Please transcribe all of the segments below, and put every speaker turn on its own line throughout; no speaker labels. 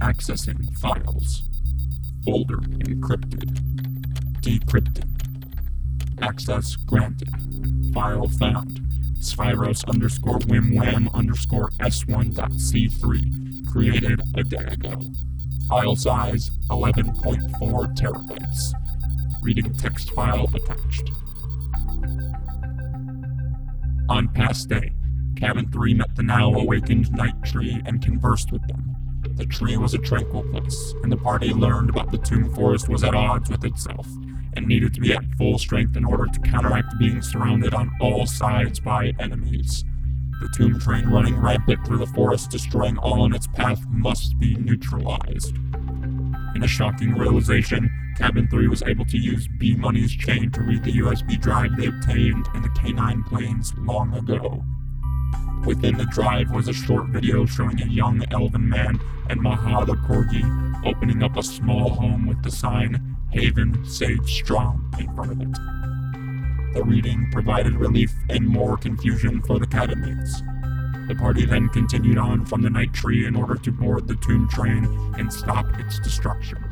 Accessing files. Folder encrypted. Decrypted. Access granted. File found. Spyros underscore wimwam underscore s1.c3. Created a day ago. File size 11.4 terabytes. Reading text file attached. On past day, Cabin 3 met the now awakened Night Tree and conversed with them. The tree was a tranquil place, and the party learned about the tomb forest was at odds with itself, and needed to be at full strength in order to counteract being surrounded on all sides by enemies. The tomb train running rampant through the forest, destroying all in its path, must be neutralized. In a shocking realization, Cabin 3 was able to use B Money's chain to read the USB drive they obtained in the Canine Plains long ago. Within the drive was a short video showing a young elven man and Mahada Corgi opening up a small home with the sign Haven Save Strong in front of it. The reading provided relief and more confusion for the cabinmates. The party then continued on from the night tree in order to board the tomb train and stop its destruction.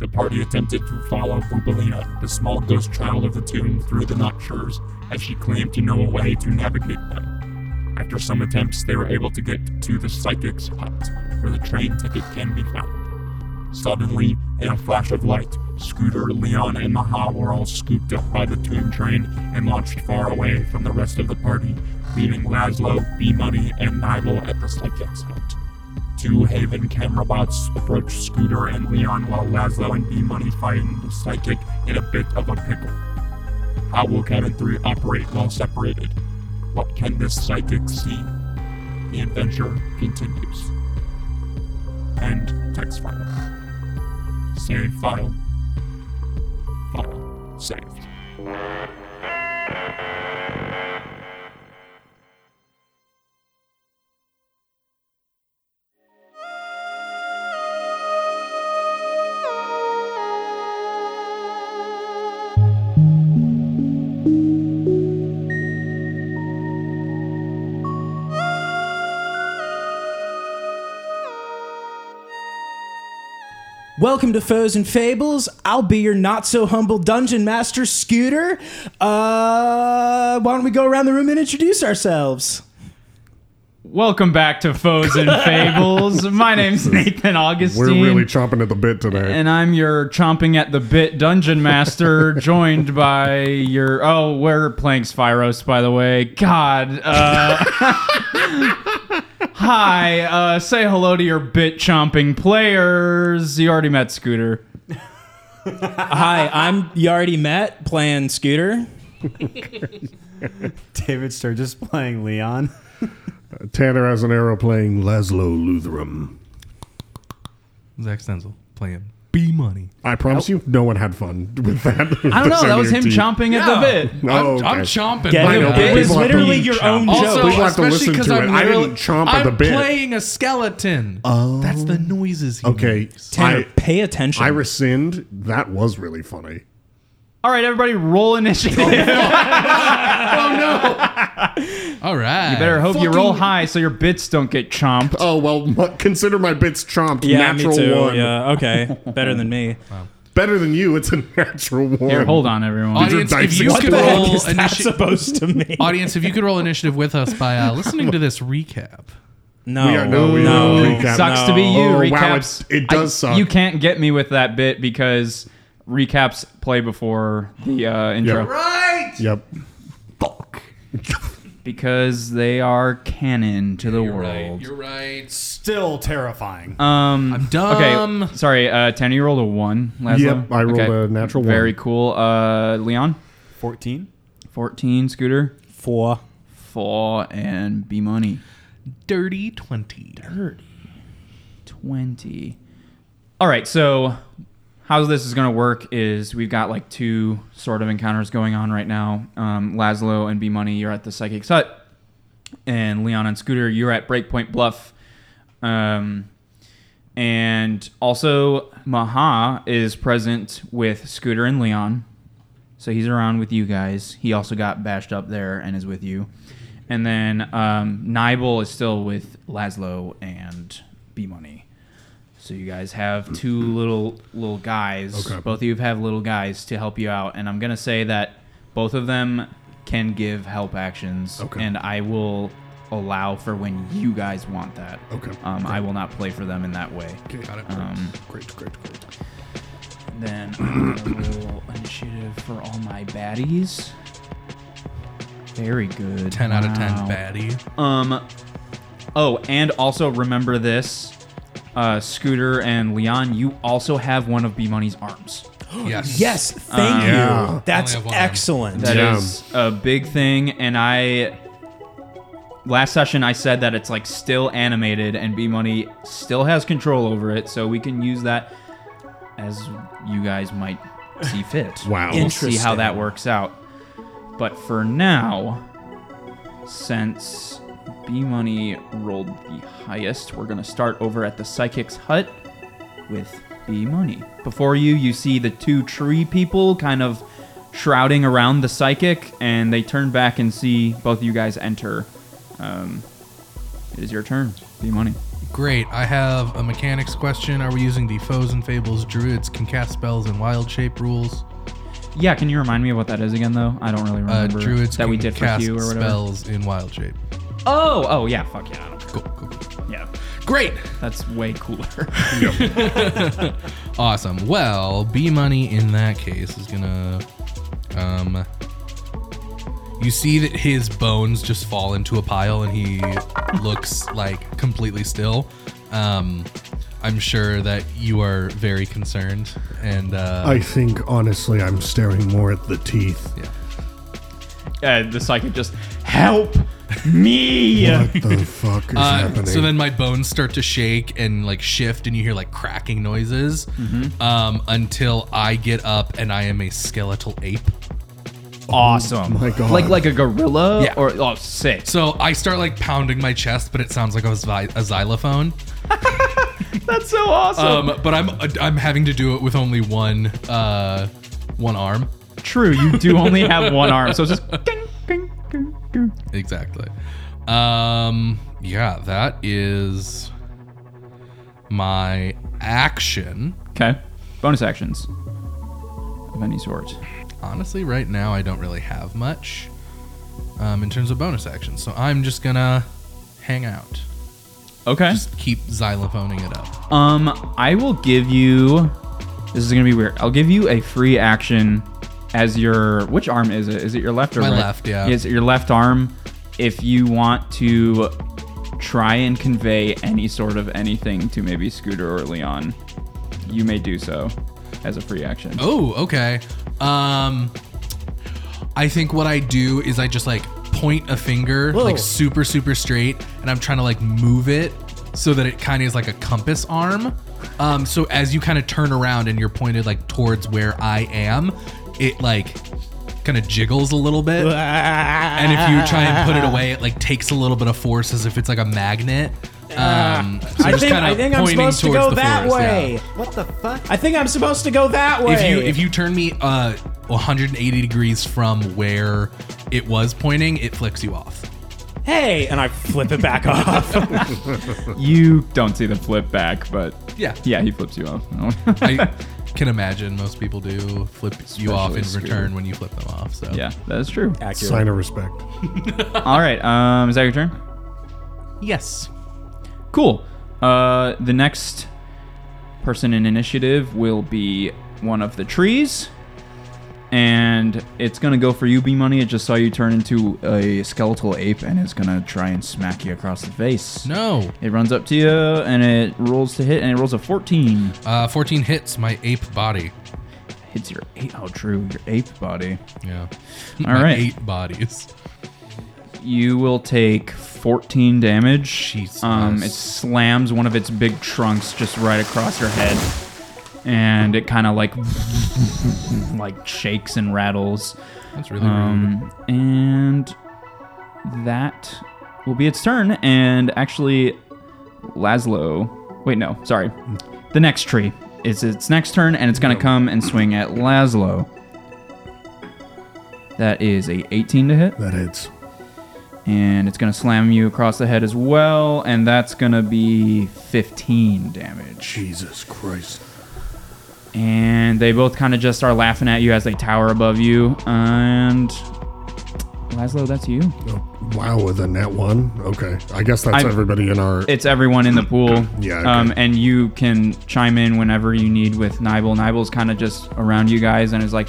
The party attempted to follow Bubalina, the small ghost child of the tomb, through the notchures, as she claimed to know a way to navigate them. After some attempts, they were able to get to the psychic's hut, where the train ticket can be found. Suddenly, in a flash of light, Scooter, Leon, and Maha were all scooped up by the tomb train and launched far away from the rest of the party, leaving Laszlo, B Money, and Nibel at the psychic's hut. Two Haven camera bots approach Scooter and Leon while Laszlo and B Money find the psychic in a bit of a pickle. How will Cabin 3 operate while separated? What can this psychic see? The adventure continues. End text file. Save file. File saved.
Welcome to Foes and Fables. I'll be your not so humble dungeon master, Scooter. Uh, why don't we go around the room and introduce ourselves?
Welcome back to Foes and Fables. My name's Nathan Augustine.
We're really chomping at the bit today.
and I'm your chomping at the bit dungeon master, joined by your. Oh, we're playing Spyros, by the way. God. Uh, hi. Uh, say hello to your bit chomping players. You already met Scooter.
Hi, I'm you already met playing Scooter.
David Sturgis playing Leon.
Tanner has an arrow playing Laszlo Luthram.
Zach Stenzel playing B Money.
I promise you, no one had fun with that.
I don't know. That was him chomping at the bit.
I'm,
Oh, okay.
I'm chomping.
Get
by
it?
the
know,
it
but
bit.
was
people are
literally
being
your
chomped.
own
Also,
joke.
People have to
especially
listen
because
to it.
I'm
I didn't
really-
chomp at
I'm
the bit. Uh.
playing a skeleton. Oh, that's the noises. He
Okay,
Tanner,
I,
pay attention.
I rescind. That was really funny.
All right, everybody, roll initiative.
makes. All right. You
Better hope you roll high so your bits don't get chomped.
Oh well, mu- consider my bits chomped.
yeah,
natural
me too.
one.
Yeah, okay, better than me.
Better than you. It's a natural one.
Here, hold on, everyone.
Audience,
These are
if you
dice.
could
What the heck
roll
is that
initi-
supposed to mean?
audience, if you could roll initiative with us by uh, listening to this recap.
No,
We are- no, we are recap-
Sucks to be you.
Oh, wow,
recaps.
it- it does
I-
suck.
You can't get me with that bit because recaps play before the uh, intro
Yeah. Yep. Fuck.
because they are canon to the world.
You're right.
Still terrifying.
um,
I'm dumb.
Okay, sorry. Uh, Tanner, you rolled a one. Last
Yep, I rolled a natural one.
Very cool. Uh, Leon,
14?
fourteen. Scooter,
Four.
four, and B money.
Dirty twenty.
20. All right, so how this is going to work is we've got like two sort of encounters going on right now. Um, Laszlo and B Money, you're at the Psychic's Hut, and Leon and Scooter, you're at Breakpoint Bluff. Um, and also, Maha is present with Scooter and Leon. So he's around with you guys. He also got bashed up there and is with you. And then um, Nibel is still with Laszlo and B Money. So you guys have two little little guys.
Okay.
Both of you have little guys to help you out, and I'm gonna say that both of them can give help actions,
Okay.
and I will allow for when you guys want that.
Okay.
Um, I will not play for them in that way.
Okay. Got it.
Um,
great, great, great.
Then I will initiative for all my baddies. Very good.
10 out of 10
Wow.
baddie.
Um. Oh, and also remember this, uh, Scooter and Leon. You also have one of B Money's arms.
Yes.
Yes, thank you.
Yeah.
That's
Only have one arm.
excellent.
That
Damn.
is a big thing, and I. Last session, I said that it's like still animated, and B Money still has control over it, so we can use that as you guys might see fit.
Wow.
We'll see how
Interesting.
that works out. But for now, since B Money rolled the highest, we're gonna start over at the Psychic's Hut with B Money. Before you, you see the two tree people kind of shrouding around the psychic, and they turn back and see both of you guys enter. Um, it is your turn, B Money.
Great. I have a mechanics question. Are we using the foes and fables druids can cast spells and wild shape rules?
Yeah, can you remind me of what that is again, though? I don't really
Uh,
remember
druids
that
can
we did for
cast
you or whatever.
spells in wild shape.
Oh, oh yeah, fuck yeah, I don't
Cool, cool, cool.
Yeah,
Great.
that's way cooler.
Awesome. Well, B money in that case is gonna. Um, you see that his bones just fall into a pile, and he looks like completely still. Um, I'm sure that you are very concerned, and uh,
I think honestly, I'm staring more at the teeth.
yeah.
uh, the psychic just help me.
What the fuck is
Uh,
happening?
so then my bones start to shake and like shift, and you hear like cracking noises um, until I get up and I am a skeletal ape.
awesome.
Oh my God.
Like like a gorilla
Yeah.
or oh sick.
So I start like pounding my chest, but it sounds like a, xy- a xylophone.
That's so awesome.
Um, but I'm I'm having to do it with only one uh, one arm.
True, you do only have one arm, so it's just ding, ding, ding, ding.
Exactly. Um, yeah, that is my action.
okay. Bonus actions of any sort.
honestly, right now I don't really have much um, in terms of bonus actions, so I'm just gonna hang out.
Okay.
Just keep xylophoning it up.
Um, I will give you. This is gonna be weird. I'll give you a free action as your which arm is it? Is it your left or
My
right?
left, yeah.
Is it your left arm? If you want to try and convey any sort of anything to maybe Scooter or Leon, you may do so as a free action.
Oh, okay. Um, I think what I do is I just like point a finger
Whoa.
like super super straight, and I'm trying to like move it so that it kind of is like a compass arm. Um, so as you kind of turn around and you're pointed like towards where I am, it like kind of jiggles a little bit. and if you try and put it away, it like takes a little bit of force as if it's like a magnet. Um, so
Ah. I
just
think
kinda
I think I'm
pointing
supposed to
towards
go
the
that
force, yeah.
way.
What the fuck?
I think I'm supposed to go that way.
If you if you turn me uh 180 degrees from where it was pointing, it flicks you off.
hey, and I flip it back off.
You don't see the flip back, but
Yeah.
yeah, he flips you off.
I can imagine most people do flip you off in
Especially
return
Scooter.
when you flip them off. So
yeah, that is true.
Sign of respect.
All right, um, is that your turn?
Yes.
Cool. Uh, the next person in initiative will be one of the trees. And it's going to go for you, B Money. It just saw you turn into a skeletal ape and is going to try and smack you across the face.
No.
It runs up to you and it rolls to hit and it rolls a 14.
Uh, 14 hits my ape body.
Hits your ape. Oh, true. Your ape body.
Yeah.
All
my
right.
Ape bodies.
You will take 14 damage.
Jesus.
Um, it slams one of its big trunks just right across your head, and it kind of like like shakes and rattles.
That's really rude.
Um, and that will be its turn. And actually, Laszlo. Wait, no, sorry. The next tree is its next turn, and it's gonna come and swing at Laszlo. That is a 18 to hit.
That hits.
And it's going to slam you across the head as well, and that's going to be 15 damage.
Jesus Christ.
And they both kind of just are laughing at you as they tower above you. And Laszlo, that's you.
Oh, wow, with a net one? Okay. I guess that's
I-
everybody in our.
It's everyone in the pool.
Yeah, okay.
Um, and you can chime in whenever you need with Nibel. Nibel's kind of just around you guys and is like,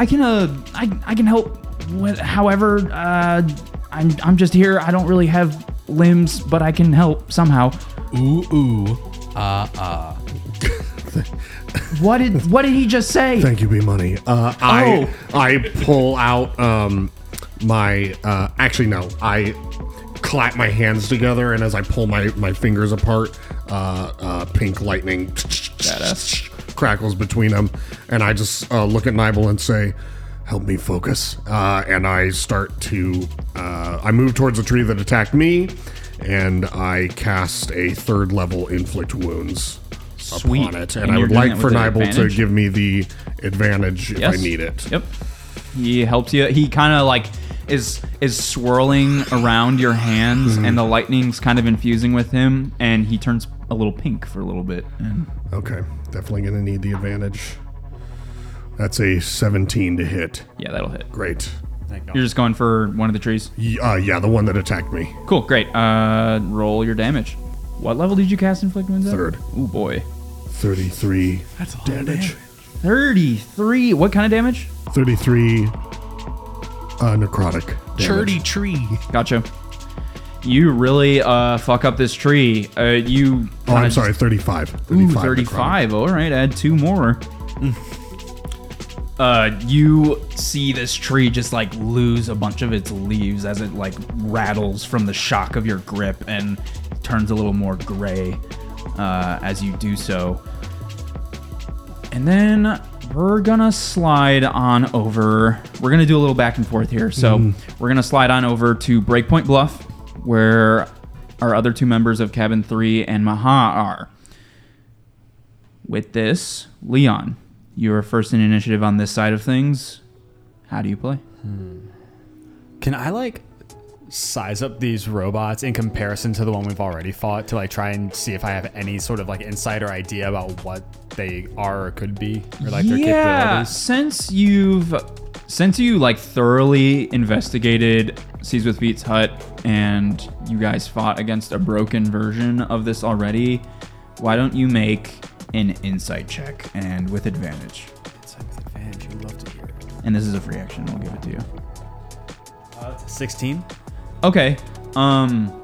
I can, uh, I, I can help. With, however, uh, I'm, I'm just here. I don't really have limbs, but I can help somehow.
Ooh, ooh, ah, ah.
What did, what did he just say?
Thank you, B Money. Uh, I
Oh.
I pull out um, my. Uh, actually, no. I clap my hands together, and as I pull my, my fingers apart, uh, uh, pink lightning crackles between them, and I just uh, look at Nibel and say, "Help me focus." Uh, and I start to. Uh, I move towards the tree that attacked me, and I cast a third level inflict wounds.
Sweet.
Upon it, and,
And
I
you're
would
doing
like
it
for
with an
Nibel to
advantage?
give me the advantage if I
Yes.
need it.
Yep. He helps you. He kind of like is is swirling around your hands, and
Hmm.
the lightning's kind of infusing with him, and he turns a little pink for a little bit. And
Okay, definitely gonna need the advantage. That's a 17 to hit.
yeah, that'll hit.
Great.
Thank God.
You're just going for one of the trees.
Y- uh, yeah, the one that attacked me.
Cool, great. Uh, roll your damage. What level did you cast inflict wounds at?
Third.
Oh boy,
33
That's a lot of
damage.
thirty-three. What kind of damage?
33 uh, necrotic. damage.
Churdy tree.
Gotcha. You really uh fuck up this tree. Uh, you.
Oh,
kinda
I'm
just-
sorry, 35. 35.
Ooh,
necrotic.
35. All right, add two more. Uh, you see this tree just like lose a bunch of its leaves as it like rattles from the shock of your grip and turns a little more gray uh, as you do so. And then we're gonna slide on over. We're gonna do a little back and forth here. So we're gonna slide on over to Breakpoint Bluff, where our other two members of Cabin 3 and Maha are. With this, Leon, you are first in initiative on this side of things. How do you play?
Can I like size up these robots in comparison to the one we've already fought to like try and see if I have any sort of like insight or idea about what they are or could be or like their capabilities?
since you've since you like thoroughly investigated Seas with Feet's hut and you guys fought against a broken version of this already, why don't you make an insight check and with advantage? And this is a free action. We'll give it to you.
Uh, Sixteen.
Okay. Um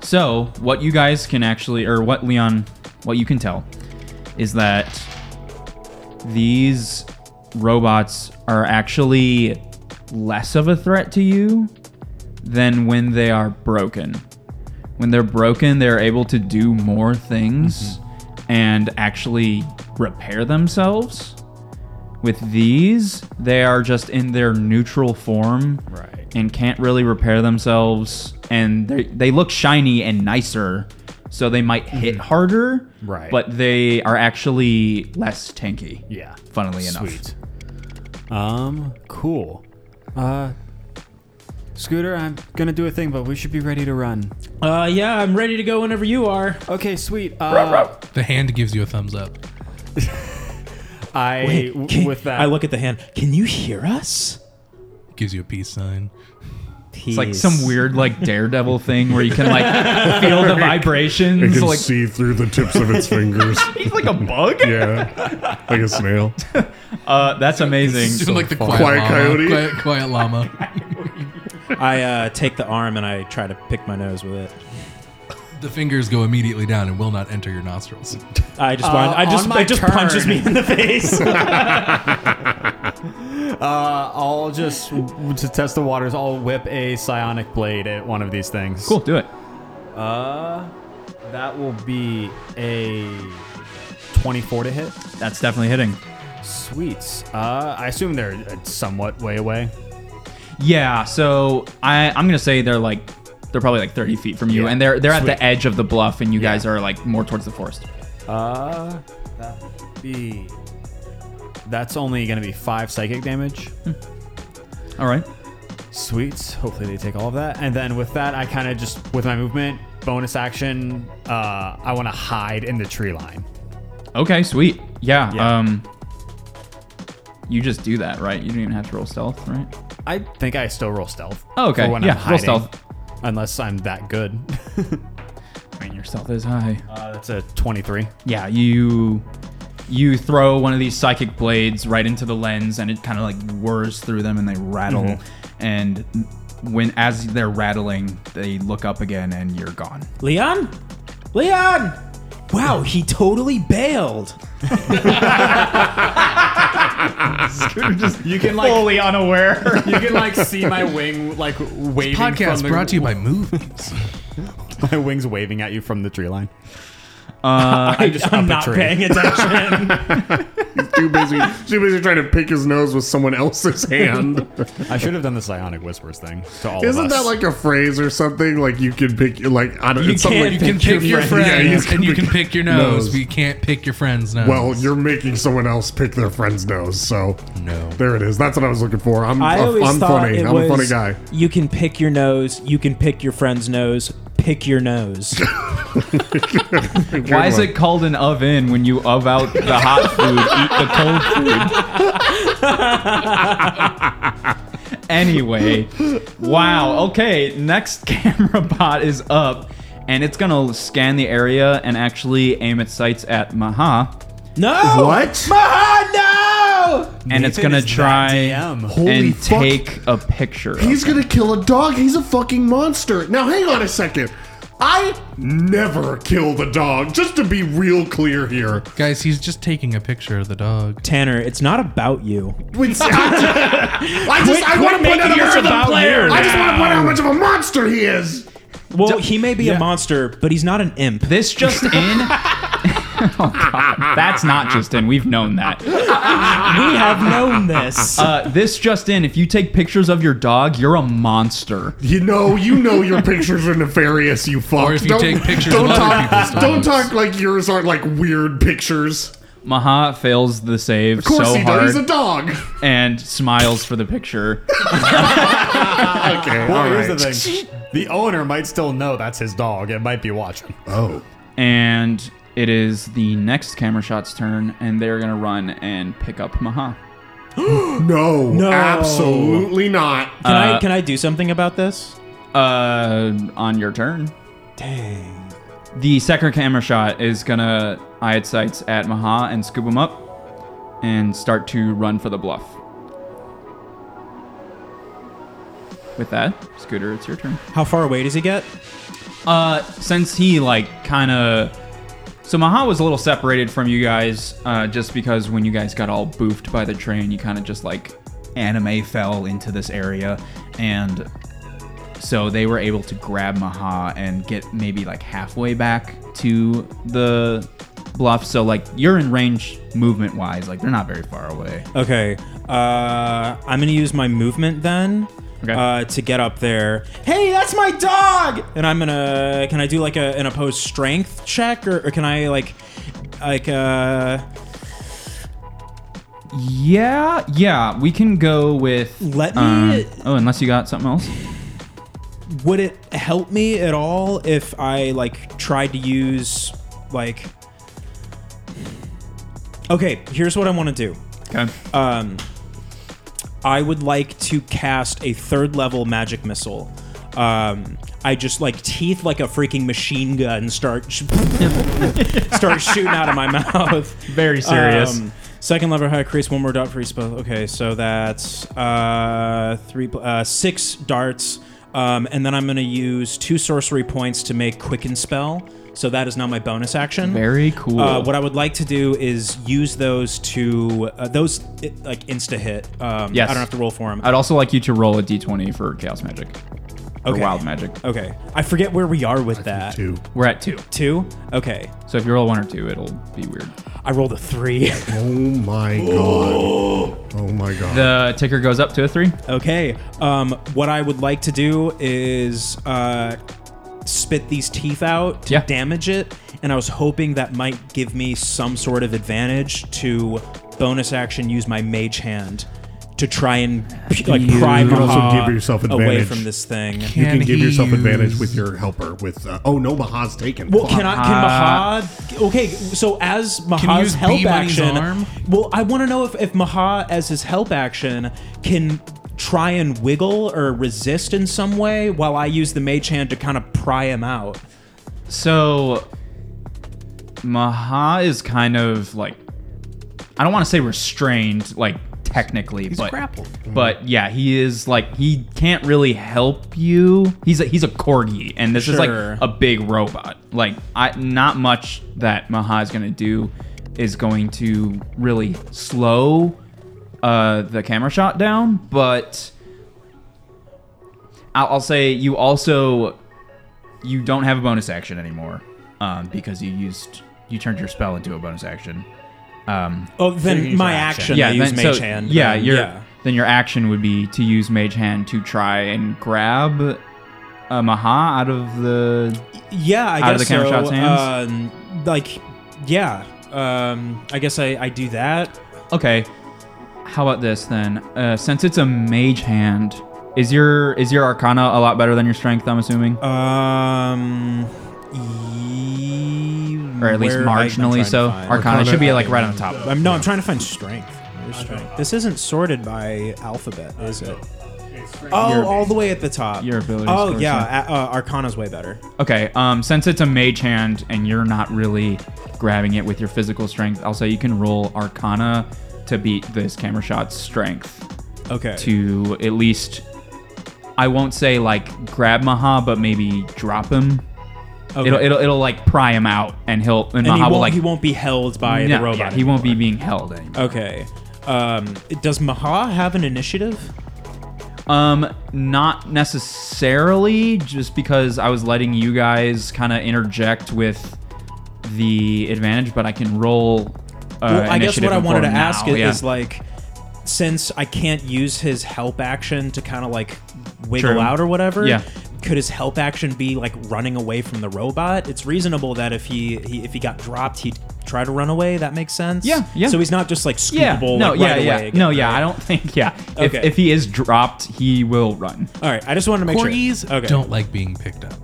so what you guys can actually or what Leon what you can tell is that these robots are actually less of a threat to you than when they are broken. When they're broken, they're able to do more things and actually repair themselves. With these, they are just in their neutral form
Right.
and can't really repair themselves and they they look shiny and nicer so they might hit harder
Mm-hmm. Right.
but they are actually less tanky
Yeah.
funnily enough
Sweet. Um. Cool. Uh. Scooter, I'm gonna do a thing, but we should be ready to run.
Uh, yeah, I'm ready to go whenever you are.
Okay, sweet. Uh,
The hand gives you a thumbs up.
I
Can-
w- with that.
I look at the hand. Can you hear us?
Gives you a peace sign.
it's like some weird like daredevil thing where you can like feel the
You
vibrations
can
like
see through the tips of its fingers.
he's like a bug
Yeah, like a snail.
uh, that's amazing
Doing like the quiet,
Quiet
llama.
coyote?
Quiet, quiet llama.
I uh, take the arm and I try to pick my nose with it.
the fingers go immediately down and will not enter your nostrils.
I just want. I
uh, on
just.
my
It just
turn.
punches me in the face.
Uh, I'll just to test the waters. I'll whip a psionic blade at one of these things.
cool do it
Uh, that will be a twenty-four to hit.
that's definitely hitting
Sweet. Uh, I assume they're uh, somewhat way away.
yeah so i i'm gonna say they're like they're probably like 30 feet from you
Yeah.
and they're they're at
Sweet.
the edge of the bluff and you guys are like more towards the forest
Uh, that would be. That's only gonna be five psychic damage.
all right
Sweet. Hopefully they take all of that. And then with that, I kind of just with my movement bonus action, uh, I want to hide in the tree line.
Okay, sweet. Yeah,
Yeah.
Um, you just do that, right? You don't even have to roll stealth, right?
I think I still roll stealth.
Oh, okay.
for when
Yeah,
I'm
roll
hiding,
stealth.
Unless I'm that good.
I mean, your stealth is high.
uh, that's a 23.
yeah, you you throw one of these psychic blades right into the lens, and it kind of like whirs through them, and they rattle.
Mm-hmm.
And when as they're rattling, they look up again, and you're gone.
Leon? Leon! Wow, he totally bailed.
You can like fully unaware. you can like see my wing like waving.
Podcast
from the-
brought to you by movies.
My wings waving at you from the tree line.
Uh,
I just
I'm
up a
not
tree.
paying attention.
Too busy, too busy trying to pick his nose with someone else's hand.
I should have done the psionic whispers thing to all
Isn't
of us.
that like a phrase or something? Like you can pick, like I don't. You it's something
can't
like,
You can pick your
friend. Yeah, you
friends
can
and you
pick
can pick your
nose.
nose, but you can't pick your friend's nose.
Well, you're making someone else pick their friend's nose, so
No.
there it is. That's what I was looking for. I'm,
I always
I'm
thought
funny.
it
I'm
was,
a funny guy.
You can pick your nose. You can pick your friend's nose. Pick your nose.
Why is
one.
it called an oven when you of out the hot food, eat the cold food? anyway, wow. Okay, next camera bot is up, and it's gonna scan the area and actually aim its sights at Maha,
no.
What?
Maha, no.
and it's gonna try
Holy
and
fuck.
take a picture. of
He's gonna kill a dog. He's a fucking monster. Now, hang on a second. I never killed a dog. Just to be real clear here,
Guys, he's just taking a picture of the dog.
Tanner, it's not about you.
Wait, see, I I just I want to point out how much of a
player.
I just want to point out how much of a monster he is.
Well, he may be a monster, but he's not an imp.
This just in. Oh, God. That's not just in. We've known that.
we have known this.
Uh, this just in. If you take pictures of your dog, you're a monster.
You know, you know your pictures are nefarious. You fuck.
Or if you take pictures
don't
of other
talk,
people's
don't
dogs.
talk like yours aren't like weird pictures.
Maha fails the save
Of course
so
he
hard
does. He's a dog.
and smiles for the picture.
Okay,
Well,
all
Oh, here's
right.
the thing. The owner might still know that's his dog. It might be watching.
Oh,
and it is the next camera shot's turn, and they're gonna run and pick up Maha.
no, absolutely not.
can I can I do something about this?
Uh, on your turn.
Dang.
The second camera shot is gonna eye its sights at Maha and scoop him up and start to run for the bluff. With that, Scooter, it's your turn.
How far away does he get?
Uh, since he like kind of, so Maha was a little separated from you guys, uh, just because when you guys got all boofed by the train, you kind of just like anime fell into this area, and so they were able to grab Maha and get maybe like halfway back to the bluff. So like you're in range movement wise, like they're not very far away.
Okay. Uh, I'm gonna use my movement then.
Okay.
Uh, to get up there. Hey, that's my dog. And I'm gonna. Can I do like a, an opposed strength check, or, or can I like, like uh,
Yeah, yeah, we can go with.
Let me-
um, oh, unless you got something else.
would it help me at all if I like tried to use like? Okay, here's what I want to do.
Okay.
Um, I would like to cast a third level magic missile. Um, I just like teeth like a freaking machine gun and start sh- start shooting out of my mouth. Um,
Very serious.
second level high creates one more dot for each spell. Okay, so that's uh, three, pl- uh, six darts, um, and then I'm gonna use two sorcery points to make quicken spell. So that is now my bonus action.
Very cool.
Uh, what I would like to do is use those to uh, those i- like insta hit. Um,
Yes.
I don't have to roll for them.
I'd also like you to roll a d20 for chaos magic. Or
Okay.
wild magic.
Okay, I forget where we are with that.
Two.
We're at two.
Two. Okay,
So if you roll one or two, it'll be weird.
I rolled a three.
Oh my god. Oh my god.
The ticker goes up to a three.
okay. Um, what I would like to do is uh, spit these teeth out to
Yeah.
damage it, and I was hoping that might give me some sort of advantage to bonus action use my mage hand to try and like pry
You can also
Maha
give yourself
away
advantage.
from this thing.
You can
Can
give
he
yourself advantage
use-
with your helper. With uh, oh no, Maha's taken.
Well, can I? Can Maha? Okay, so as
you
Maha's
use
help
B Money's
action,
arm?
well, I want to know if if Maha, as his help action, can try and wiggle or resist in some way, while I use the mage hand to kind of pry him out.
So Maha is kind of like I don't want to say restrained, like technically, but
grappled.
But yeah, he is like he can't really help you. He's a, he's a corgi, and this is like
Sure.
a big robot. Like I, not much that Maha is gonna do is going to really slow uh, the camera shot down, but. I'll, I'll say you also you don't have a bonus action anymore um, because you used you turned your spell into a bonus action.
Oh, then my
action.
action. I use
then-
mage
so-
hand.
Yeah,
then,
your then your action would be to use mage hand to try and grab uh, Maha out of the.
Yeah, I
Out of
guess
the camera
so.
shot's hands?
Um, like, yeah. Um, I guess I, I do that.
Okay, how about this then? Uh, since it's a mage hand, is your is your Arcana a lot better than your Strength? I'm assuming,
Um, ye-
or at least
where- I- I'm trying
marginally
to
so.
find-
Arcana should be like right on top.
I'm, no, I'm trying to find strength. Where's strength? This isn't sorted by alphabet, is it? Oh,
Your-
all the way at the top.
your ability
Oh
scores,
yeah, a- uh, Arcana's way better.
Okay, um, since it's a mage hand and you're not really grabbing it with your physical strength, I'll say you can roll Arcana to beat this camera shot's strength
Okay.
to at least, I won't say like grab Maha, but maybe drop him.
okay.
It'll, it'll it'll like pry him out and he'll and,
and he
Maha
won't,
will like
he won't be held by
no,
the robot.
yeah, he won't be being held anymore.
Okay. Um, does Maha have an initiative?
Um, not necessarily, just because I was letting you guys kind of interject with the advantage, but I can roll. Uh,
well, I guess
initiative
what I
and
wanted to
forward now,
ask is,
yeah.
is like, since I can't use his help action to kind of like wiggle
True.
out or whatever,
Yeah.
could his help action be like running away from the robot? It's reasonable that if he, he if he got dropped, he'd try to run away. That makes sense.
Yeah, yeah.
So he's not just like scoopable.
yeah, no,
like,
yeah,
right
yeah,
away again,
no, yeah.
right?
I don't think, yeah.
Okay.
If, if he is dropped, he will run,
All right, I just wanted to make
Corgis
sure. Okay.
don't like being picked up.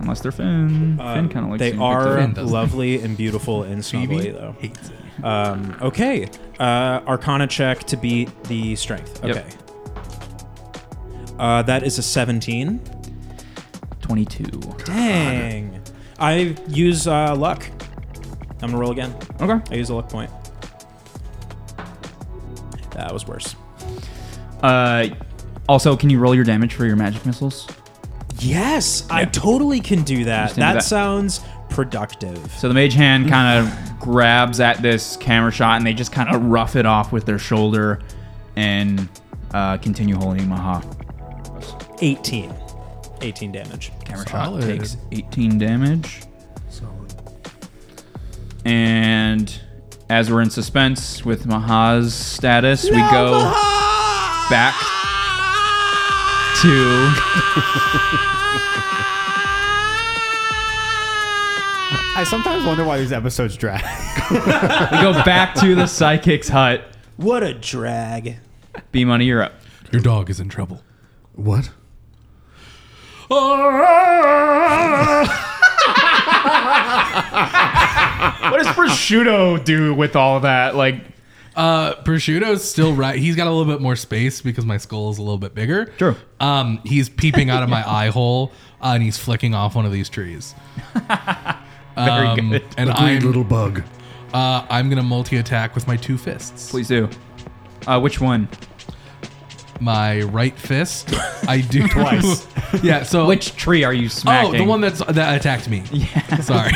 unless they're Finn. Finn kind of likes.
Uh, They
being picked
are
up.
doesn't.
lovely and beautiful and snuggly
Phoebe
though.
hates it.
Um, okay. Uh, Arcana check to beat the strength.
Yep.
Okay. Uh, that is a 17.
twenty-two.
Dang. I use uh, luck. I'm gonna roll again.
Okay.
I use a luck point. That was worse.
Uh, also, can you roll your damage for your magic missiles?
Yes, I totally can do that.
Just into
That,
that.
sounds productive.
So the mage hand kind of grabs at this camera shot, and they just kind of rough it off with their shoulder, and uh, continue holding Maha.
18. 18 damage.
Camera
Solid.
shot takes 18 damage, and as we're in suspense with Maha's status, we go back to
I sometimes wonder why these episodes drag.
we go back to the psychic's hut.
What a drag.
B money, you're up.
Your dog is in trouble.
What?
Uh,
What does prosciutto do with all that? Like,
Uh, prosciutto's still right. He's got a little bit more space because my skull is a little bit bigger.
Sure.
Um, he's peeping out of my eye hole uh, and he's flicking off one of these trees.
very
Um,
good.
And
Great
I'm
little bug.
uh, I'm gonna multi attack with my two fists.
Please do. Uh, which one?
My right fist, I do twice. yeah. So
Which tree are you
Oh,
smacking?
the one that's that attacked me. Yeah. Sorry.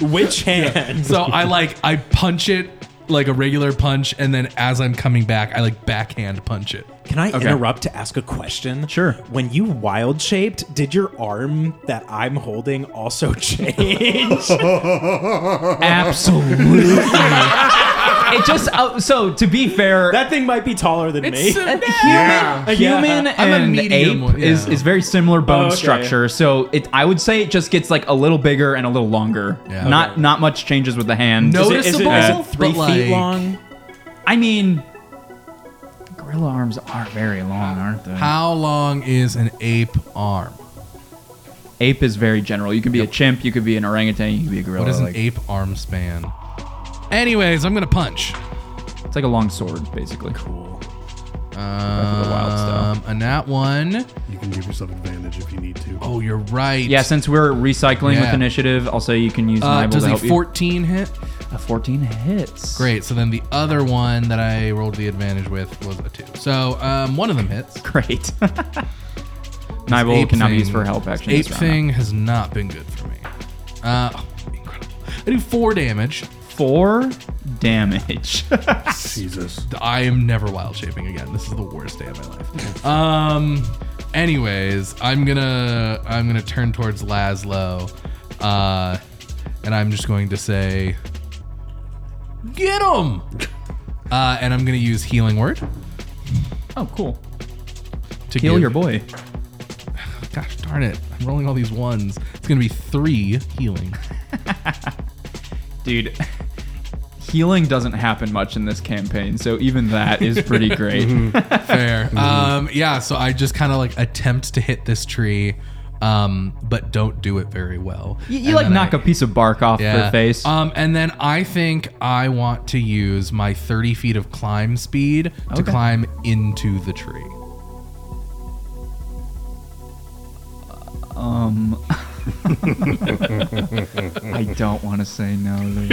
Witch hand.
So I like I punch it like a regular punch, and then as I'm coming back, I like backhand punch it.
Can I interrupt to ask a question?
Sure.
When you wild shaped, did your arm that I'm holding also change?
Absolutely. it just uh, so to be fair,
that thing might be taller than me.
human, human
I'm a
and ape
medium one, yeah.
is, is very similar bone
Oh, okay.
structure. So it, I would say it just gets like a little bigger and a little longer.
Yeah.
Not not much changes with the hand.
No-
Is it- is it,
Noticeable,
three
but
feet
like-
long?
I mean, gorilla arms are very long, aren't they?
How long is an ape arm?
Ape is very general. You could be a chimp, you could be an orangutan, you could be a gorilla.
What is an
Uh, like-
ape arm span? Anyways, I'm gonna punch.
It's like a long sword, basically. Cool. of the Wild stuff.
Um, and that one.
You can give yourself advantage if you need to.
Oh, you're right.
Yeah, since we're recycling
Yeah.
with initiative, I'll say you can use
Uh,
Nibel
does
to
a
help you.
14 hit?
A 14 Uh, hits.
Great. So then the other one that I rolled the advantage with was a two. So um, one of them hits.
Great. Nibel
Ape
cannot be
thing-
used for help action.
Ape
this round.
thing has not been good for me. Uh, oh, incredible. I do four damage.
Four damage.
Jesus.
I am never wild shaping again. This is the worst day of my life. Um. Anyways, I'm gonna I'm gonna turn towards Laszlo, uh, and I'm just going to say, get him. Uh, and I'm gonna use healing word to
oh, cool.
give-
Heal your boy.
Gosh darn it! I'm rolling all these ones. It's gonna be three healing.
Dude, healing doesn't happen much in this campaign, so even that is pretty great.
Fair. um, yeah. So I just kind of like attempt to hit this tree, um, but don't do it very well.
You, you,
And
like
then I-
knock a piece of bark off their face.
Um, and then I think I want to use my 30 feet of climb speed to
Okay.
climb into the tree.
I don't want to say no. Lewis.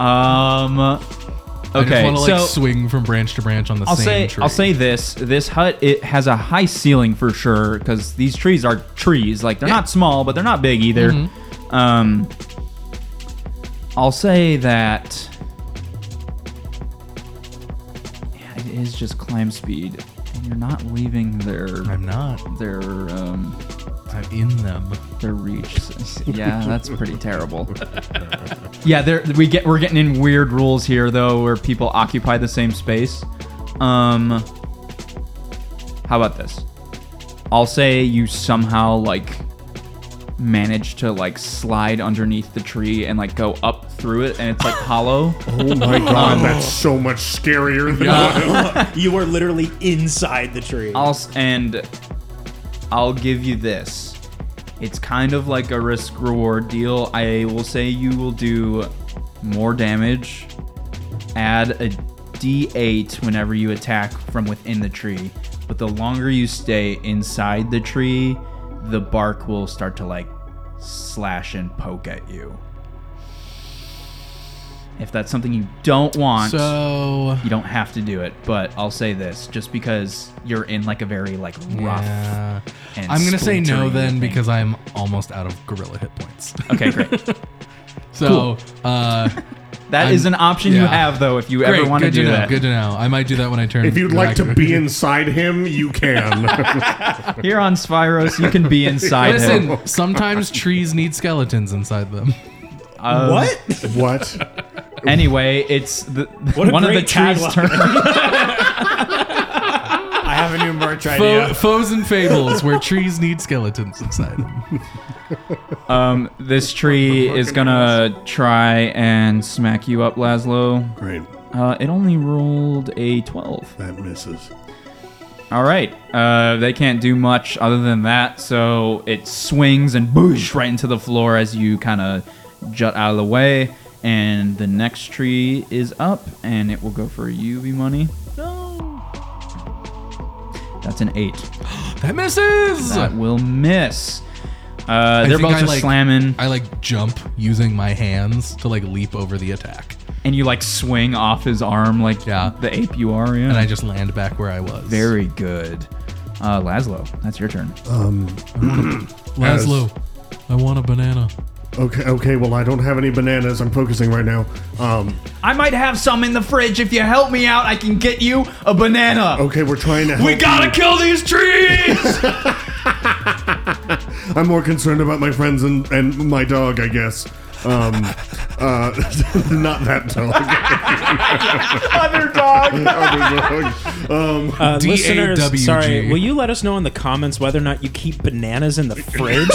um. Okay,
I just want to
so
like swing from branch to branch on the
I'll
same
say
tree.
I'll say this: this hut it has a high ceiling for sure because these trees are trees. Like they're
Yeah. Mm-hmm.
not small, but they're not big either. Um, I'll say that yeah, it is just climb speed, and you're not leaving their
I'm not.
their um,
I'm in them.
their reach. Yeah, that's pretty terrible. yeah, there we get we're getting in weird rules here though, where people occupy the same space. Um, how about this? I'll say you somehow like manage to like slide underneath the tree and like go up through it, and it's like hollow.
Oh my god, that's so much scarier than
Uh,
You are literally inside the tree.
I'll s- and I'll give you this. It's kind of like a risk reward deal. I will say you will do more damage. Add a d8 whenever you attack from within the tree. But the longer you stay inside the tree, the bark will start to like slash and poke at you. If that's something you don't want,
So
you don't have to do it but i'll say this just because you're in like a very like rough
yeah.
and
I'm gonna say no
splintery
then
thing.
because I'm almost out of gorilla hit points.
okay great
so uh,
That is
I'm-
an option you
yeah.
have though if you
great.
ever want
Good to
do
know.
that
Good to know. I might do that when I turn.
If you'd
when I
like to
go-
be inside him, you can.
here on spyros you can be inside him
Listen, sometimes trees need skeletons inside them.
Um,
what?
what?
anyway it's the
What a
one of the
great
trees turn
I have a new merch
Fo-
idea.
Foes and fables where trees need skeletons inside them.
um this tree is gonna try and smack you up laszlo
Great.
uh it only rolled a 12
That misses.
All right. Uh, they can't do much other than that, so it swings and boosh right into the floor as you kind of jut out of the way. And the next tree is up, and it will go for you, V Money. No. That's an eight.
That misses.
That will miss. Uh,
I
they're
think
both
I,
just
like-
slamming,
I like jump using my hands to like leap over the attack,
and you like swing off his arm like
Yeah.
the ape you are. Yeah.
and I just land back where I was.
very good. Uh, Laszlo, that's your turn.
Laszlo, I want a banana.
Okay, okay, well, I don't have any bananas. I'm focusing right now. Um,
I might have some in the fridge. If you help me out, I can get you a banana.
okay, we're trying to help
We gotta kill these trees!
I'm more concerned about my friends and, and my dog, I guess. Um, uh, not that dog.
Other dog!
Other dog. Um,
Uh, listeners,
DAWG.
sorry, will you let us know in the comments whether or not you keep bananas in the fridge?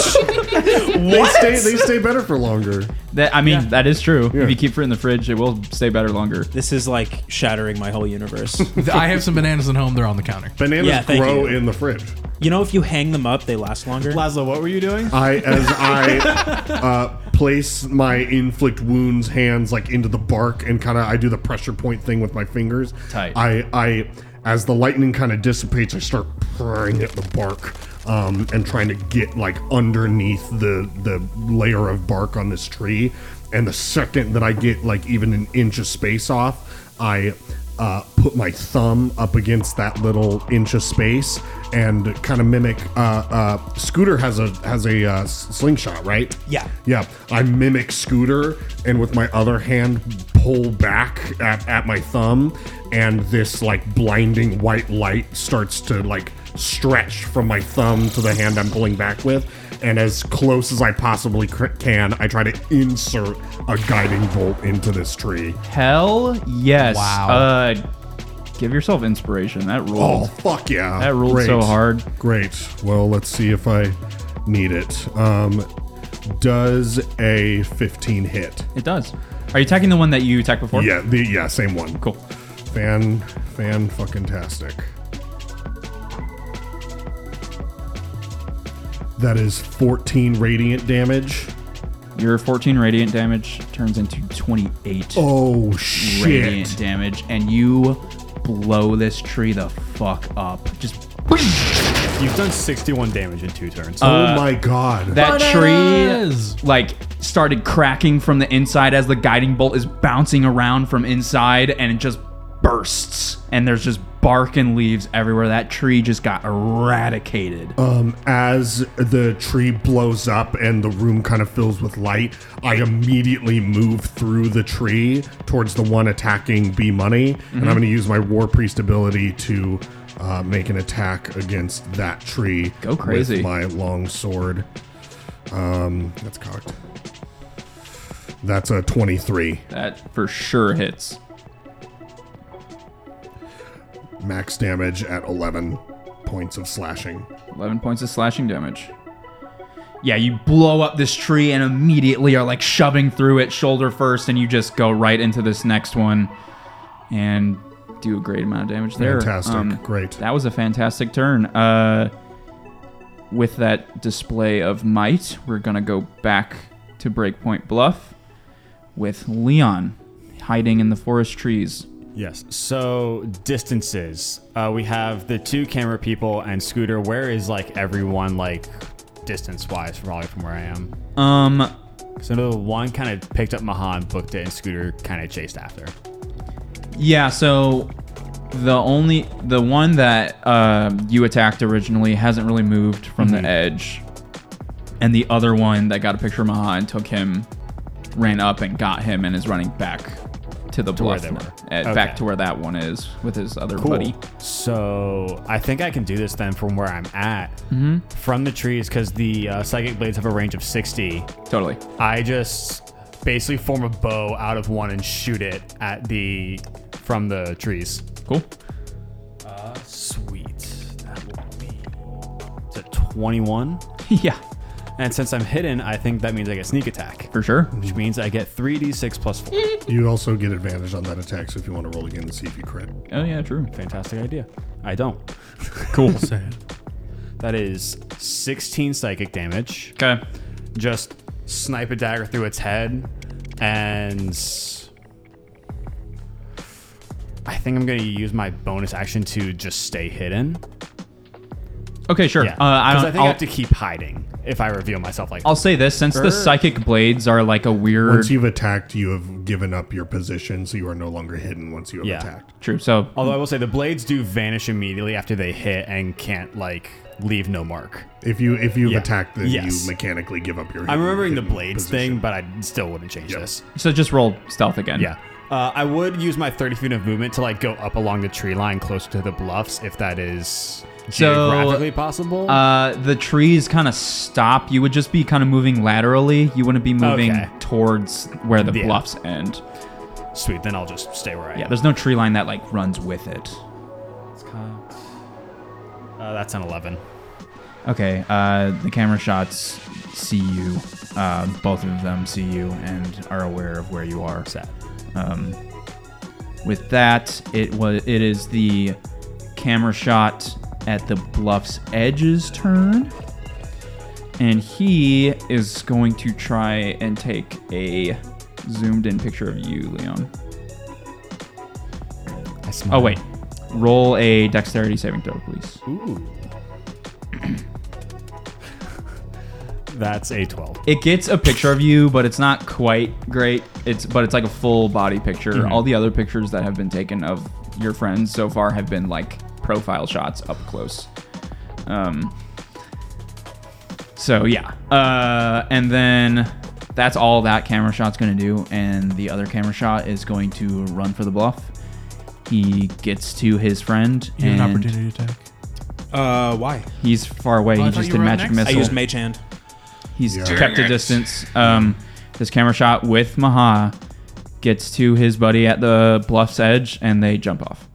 They stay, they stay better for longer.
That I mean, that is true.
Yeah.
If you keep fruit in the fridge, it will stay better longer.
This is like shattering my whole universe.
I have some bananas at home. They're on the counter.
Bananas
Yeah, thank
grow
you.
in the fridge.
you know, if you hang them up, they last longer.
Laszlo, what were you doing?
I as I uh, place my inflict wounds hands like into the bark and kind of I do the pressure point thing with my fingers.
Tight.
I I as the lightning kind of dissipates, I start prying at the bark um, and trying to get like underneath the the layer of bark on this tree. And the second that I get like even an inch of space off, I uh, put my thumb up against that little inch of space and kind of mimic. Uh, uh, Scooter has a has a uh, s- slingshot, right?
Yeah.
Yeah. I mimic Scooter and with my other hand pull back at, at my thumb, and this like blinding white light starts to like stretch from my thumb to the hand I'm pulling back with. And as close as I possibly cr- can, I try to insert a guiding bolt into this tree.
Hell yes.
Wow.
Uh, give yourself inspiration. That
Oh
ruled.
fuck yeah!
that ruled
Great.
so hard.
Great. Well, let's see if I need it. Um, does a 15 hit?
It does. Are you attacking the one that you attacked before?
Yeah, the yeah, same one.
Cool.
Fan, fan, fucking tastic. That is 14 radiant damage.
Your 14 radiant damage turns into 28
Oh shit!
radiant damage, and you blow this tree the fuck up. Just
You've done 61 damage in two turns.
oh my god!
that
Bananas!
tree like started cracking from the inside as the guiding bolt is bouncing around from inside and it just bursts and there's just bark and leaves everywhere that tree just got eradicated
Um, as the tree blows up and the room kind of fills with light, I immediately move through the tree towards the one attacking B Money,
Mm-hmm.
and I'm going to use my War Priest ability to uh, make an attack against that tree.
Go crazy.
With my long sword. Um, that's cocked. That's a 23
that for sure hits
max damage at 11 points of slashing.
11 points of slashing damage yeah you blow up this tree and immediately are like shoving through it shoulder first and you just go right into this next one and do a great amount of damage there
Fantastic.
Um,
Great.
That was a fantastic turn. Uh, with that display of might, we're going to go back to Breakpoint Bluff with Leon hiding in the forest trees.
Yes. So distances. Uh, we have the two camera people and Scooter. Where is like everyone like distance wise, probably from where I am?
Um,
So the one kind of picked up Mahan, booked it, and Scooter kind of chased after.
yeah, so the only the one that uh, you attacked originally hasn't really moved from
Mm-hmm.
the edge. And the other one that got a picture of Maha and took him ran up and got him and is running back to the
where
bluff.
they were.
uh, Back
Okay.
to where that one is with his other buddy.
So I think I can do this then from where I'm at, from the trees, because the uh, psychic blades have a range of 60.
Totally.
I just basically form a bow out of one and shoot it at the from the trees.
Cool.
Sweet. That will be. It's a 21.
yeah,
And since I'm hidden, I think that means I get sneak attack,
for sure.
which means I get 3d6 plus 4.
You also get advantage on that attack, so if you want to roll again and see if you crit.
Oh yeah, true.
Fantastic idea. I don't.
Cool.
That is 16 psychic damage.
okay.
Just snipe a dagger through its head, and I think I'm going to use my bonus action to just stay hidden.
Okay, sure.
Yeah,
Uh, I
Because
don't.
I think
I'll,
I have to keep hiding if I reveal myself like.
I'll say this: since the
Er.
psychic blades are like a weird.
Once you've attacked, you have given up your position, so you are no longer hidden once you have
Yeah.
attacked.
true. So
Although I will say the blades do vanish immediately after they hit and can't like leave no mark.
If you if you've
Yeah.
attacked, then
Yes.
you mechanically give up your.
I'm
hidden-
remembering the
hidden
blades
position.
thing, but I still wouldn't change
Yep.
this.
so just roll stealth again.
Yeah. Uh, I would use my 30 feet of movement to like go up along the tree line closer to the bluffs if that is
So,
geographically possible.
Uh, the trees kind of stop. You would just be kind of moving laterally. You wouldn't be moving
Okay.
towards where the
Yeah.
bluffs end.
Sweet, then I'll just stay where I
Yeah,
am.
there's no tree line that like runs with it.
Uh, that's an 11.
Okay, uh, the camera shots see you. Uh, both of them see you and are aware of where you are. Sad. Um, with that, it was it is the camera shot at the bluff's edges turn, and he is going to try and take a zoomed in picture of you, Leon.
I smile.
Oh wait, roll a dexterity saving throw, please.
That's a 12.
It gets a picture of you, but it's not quite great. It's but it's like a full body picture.
Mm-hmm.
All the other pictures that have been taken of your friends so far have been like profile shots up close. Um. So yeah, uh, and then that's all that camera shot's gonna do, and the other camera shot is going to run for the bluff. He gets to his friend,
You
and
have an opportunity attack.
Uh, why?
he's far away.
I
he
thought
just
you
did
were up
magic
next.
I
missile.
used Mage Hand.
He's
Yeah.
kept a distance. Um, this camera shot with Maha gets to his buddy at the bluff's edge, and they jump off.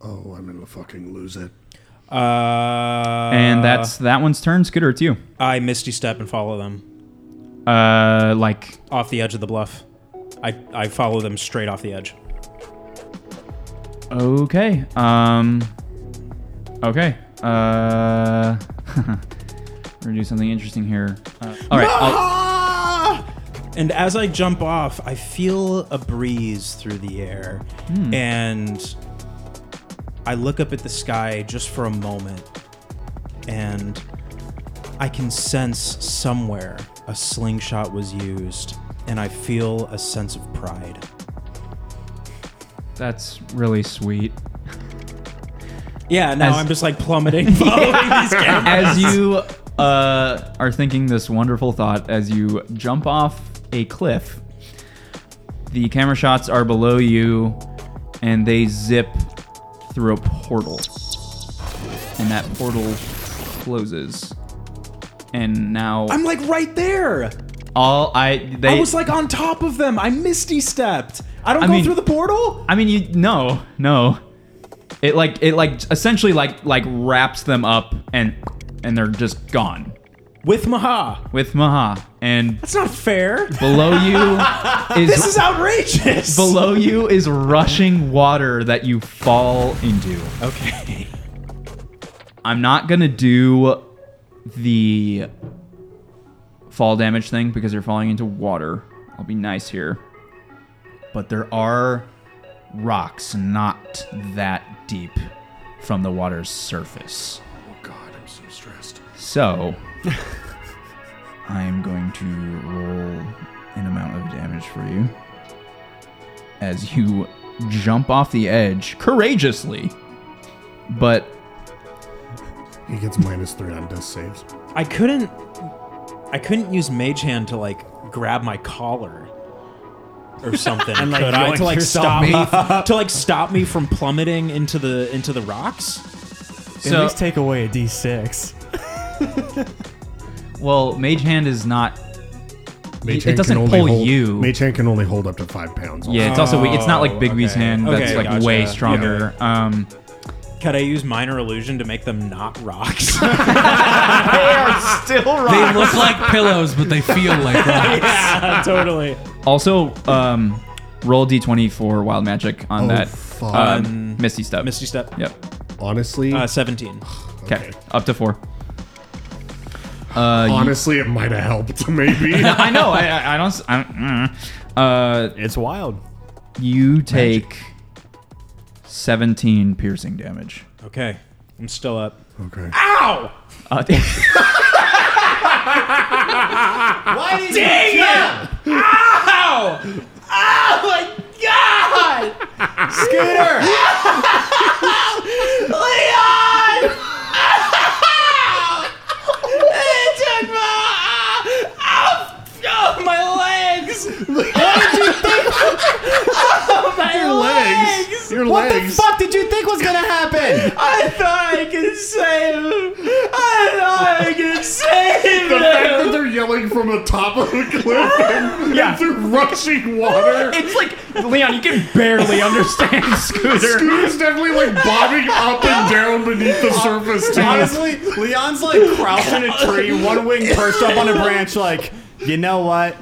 Oh, I'm gonna fucking lose it.
Uh,
And that's that one's turn. Scooter, it's you.
I Misty Step and follow them
Uh, like
off the edge of the bluff. I, I follow them straight off the edge.
okay. Um, okay. Uh, we're gonna do something interesting here. Uh, all right. I'll-
Ah! And as I jump off, I feel a breeze through the air. And I look up at the sky just for a moment. And I can sense somewhere a slingshot was used. And I feel a sense of pride.
that's really sweet.
Yeah, now
As-
I'm just like plummeting, following these cameras.
as you uh, are thinking this wonderful thought, as you jump off a cliff, the camera shots are below you, and they zip through a portal, and that portal closes. And now
I'm like right there.
all I they
I was like on top of them. I misty stepped. I don't
I
go
mean-
through the portal.
I mean, you no, no. It like it like essentially like like wraps them up and and they're just gone
With Maha.
with Maha and
That's not fair.
Below you is,
This is outrageous.
below you is rushing water that you fall into.
Okay.
I'm not gonna do the fall damage thing because you're falling into water. I'll be nice here. But there are rocks not that deep from the water's surface.
Oh god, I'm so stressed.
So, I am going to roll an amount of damage for you as you jump off the edge courageously. But
He gets minus three on death saves.
I couldn't I couldn't use mage hand to like grab my collar or something. and
like,
could I
yoink
to like
yourself,
stop me
mate.
to like stop me from plummeting into the into the rocks?
At
so
least take away a d6.
well, mage hand is not.
Mage
it
hand
doesn't
can only
pull
hold,
you.
Mage hand can only hold up to five pounds.
Yeah, it's also it's not like
Oh,
Big B's
okay.
hand that's
Okay,
like
gotcha.
way
Yeah.
stronger. Um,
Could I use minor illusion to make them not rocks?
They look like pillows, but they feel like rocks.
yeah, totally.
also, um, roll d20 for wild magic on
Oh,
that
fuck.
um, misty step.
Misty step.
Yep.
Honestly,
Uh, 17.
Okay. Up to four.
honestly, it might have helped. Maybe.
I know. I, I, I don't. s- I don't uh,
It's wild.
you take seventeen piercing damage.
Okay. I'm still up.
okay.
Uh,
Dang it! Ow! Oh my god! Scooter! Leon! it took my. Ow! Oh, my legs! What did you think? Oh, my legs!
Your
What the
legs.
fuck did you think was gonna happen?
I if I can save him, I, I can save
The fact that
him.
they're yelling from the top of the cliff
Ah,
and,
Yeah.
and through rushing water.
It's like Leon, you can barely understand Scooter.
Scooter's definitely like bobbing up and down beneath the surface. too.
Honestly, Leon's like crouched in a tree, one wing perched up on a branch, like, you know what?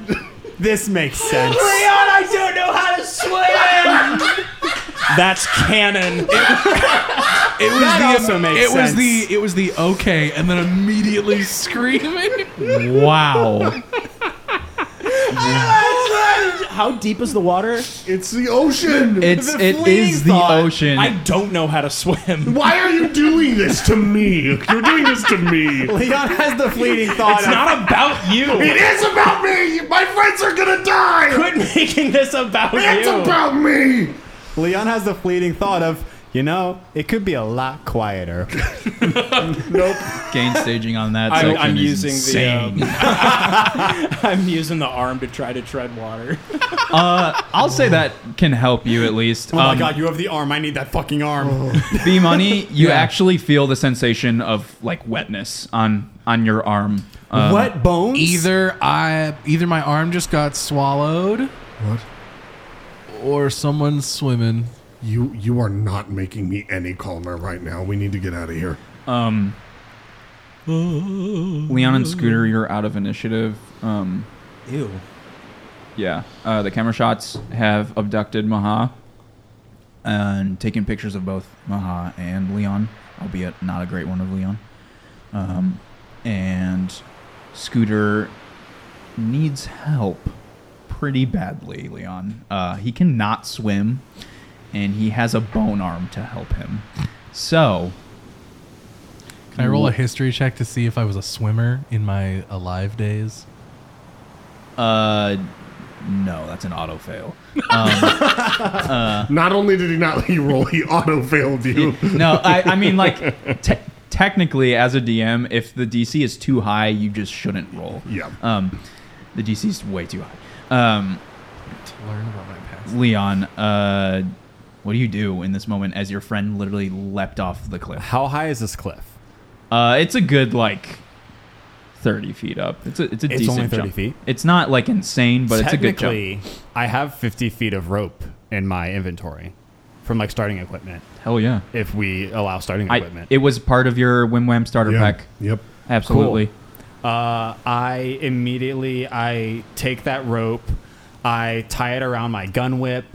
This makes sense.
Leon, I don't know how to swim. That's canon.
It was
That also makes
it was
sense.
the it was the okay, and then immediately screaming.
Wow.
How deep is the water?
It's the ocean.
It's
The
it
fleeing
is the
thought.
ocean.
I don't know how to swim.
Why are you doing this to me? You're doing this to me.
Leon has the fleeting thought
It's
of,
not about you.
It is about me. My friends are gonna die.
Quit making this about
it's
you.
about me.
Leon has the fleeting thought of, you know, it could be a lot quieter.
Gain staging on that.
I'm,
section
I'm
is
using
insane.
the. Um, I'm using the arm to try to tread water.
uh, I'll say that can help you at least.
Oh my
Um,
god, you have the arm. I need that fucking arm.
B money, you
Yeah.
actually feel the sensation of like wetness on on your arm. Uh,
what bones?
Either I either my arm just got swallowed. What? Or someone's swimming.
You you are not making me any calmer right now. We need to get out of here.
Um, Leon and Scooter, you're out of initiative. Um,
Ew.
yeah, uh, the camera shots have abducted Maha and taken pictures of both Maha and Leon, albeit not a great one of Leon. Um, and Scooter needs help pretty badly, Leon. Uh, he cannot swim, and he has a bone arm to help him. So,
Can I roll a history check to see if I was a swimmer in my alive days?
Uh, no, that's an auto fail.
Not only did he not let you roll, he auto failed you.
No, I, I mean like te- technically as a DM, if the DC is too high, you just shouldn't roll.
Yeah.
Um, the DC is way too high. Um,
Learn about my past.
Leon, uh, what do you do in this moment as your friend literally leapt off the cliff?
How high is this cliff?
Uh, it's a good like. 30 feet up. It's a, it's a
It's
decent
only 30
jump.
feet?
It's not like insane, but it's a good jump.
Technically, I have 50 feet of rope in my inventory from like starting equipment.
Hell yeah.
If we allow starting
I,
equipment,
it was part of your Wim Wham starter
Yeah.
pack.
Yep.
Absolutely.
Uh, I immediately I take that rope, I tie it around my gun whip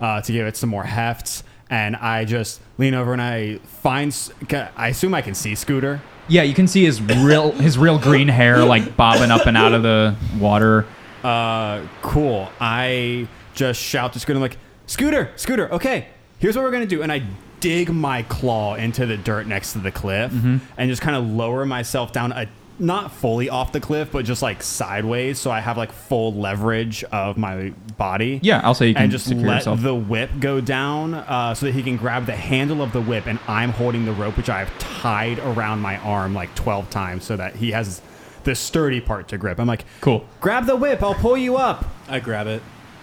uh, to give it some more heft, and I just lean over and I find. s- ca- I assume I can see Scooter.
Yeah, you can see his real his real green hair like bobbing up and out of the water.
Uh, cool. I just shout to Scooter, I'm like, Scooter, Scooter, okay, here's what we're gonna do. And I dig my claw into the dirt next to the cliff and just kind of lower myself down a not fully off the cliff, but just like sideways, so I have like full leverage of my body.
Yeah, I'll say you can
and just
secure
let
yourself.
the whip go down uh, so that he can grab the handle of the whip, and I'm holding the rope, which I have tied around my arm like 12 times so that he has the sturdy part to grip. I'm like,
Cool.
Grab the whip, I'll pull you up.
I grab it.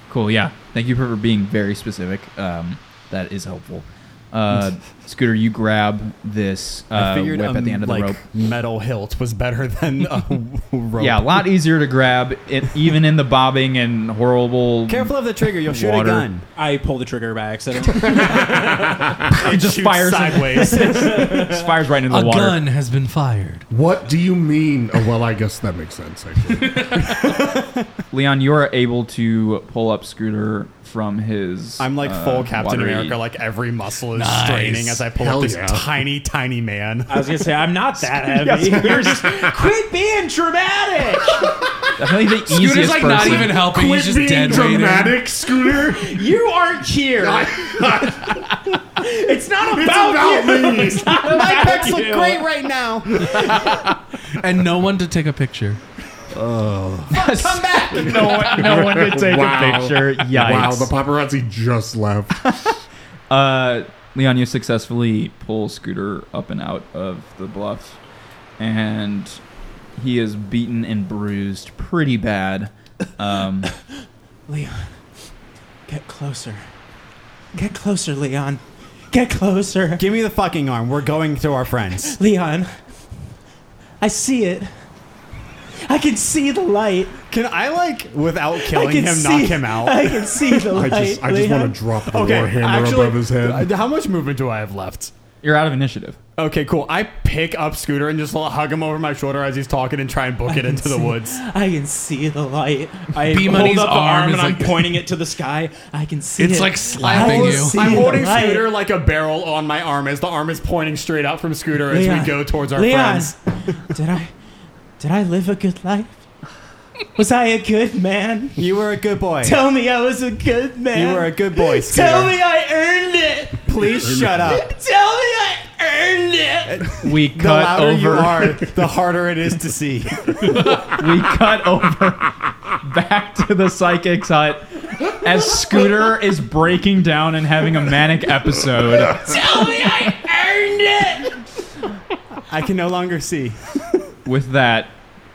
Cool. Yeah. Thank you for being very specific. Um, that is helpful. Uh, Scooter, you grab this uh, whip at the end of the rope.
um, metal hilt was better than a rope.
Yeah, a lot easier to grab, it, even in the bobbing and horrible.
Careful of the trigger, you'll shoot
Water.
a gun.
I pull the trigger by accident.
It just
fires in-
sideways.
Just fires right into
A
the water.
gun has been fired.
What do you mean? Oh, well, I guess that makes sense. Actually.
Leon, you are able to pull up Scooter from his.
I'm like
uh,
full Captain
watery-
America, like every muscle is
Nice.
straining as I pull
Hell
up this
yeah.
tiny, tiny man.
I was gonna say I'm not that heavy. You're just, quit being dramatic.
Definitely the easiest
Scooter's like not
person.
even helping.
Quit
He's just
being
dead weighted.
dramatic, Scooter.
You aren't here. it's not
It's
about,
about
you.
me.
It's not about My pecs look great.
right now.
and no one to take a picture.
Come back.
no, one, no one could take
Wow.
a picture. Yikes.
Wow, the paparazzi just left.
Uh, Leon, you successfully pull Scooter up and out of the bluff, and he is beaten and bruised pretty bad. Um,
Leon, get closer. Get closer, Leon. Get closer.
Give me the fucking arm. We're going to our friends.
Leon, I see it. I can see the light.
Can I like without
I
killing
can
him
see,
knock him out?
I can see the
I
light.
just, I just
Leon.
want to drop the warhammer above his head.
uh, How much movement do I have left?
You're out of initiative.
Okay, cool. I pick up Scooter and just l- hug him over my shoulder as he's talking and try and book it
can
into the
see-
woods.
I can see the light. I
B-Money's
hold up the
arm
arm
is
and I'm
like-
pointing it to the sky. I can see
It's
it.
like slapping
I
you.
see
I'm
the
holding
light.
Scooter like a barrel on my arm as the arm is pointing straight up from Scooter as
Leon.
we go towards our
Leon,
friends.
did I did I live a good life? Was I a good man?
You were a good boy.
Tell me I was a good man.
you were a good boy, Scooter.
Tell me I earned it.
Please shut up. Uh,
Tell me I earned it.
We
The
cut
louder you
over.
are, the harder it is to see.
we cut over back to the psychic's hut as Scooter is breaking down and having a manic episode.
Tell me I earned it.
I can no longer see.
With that,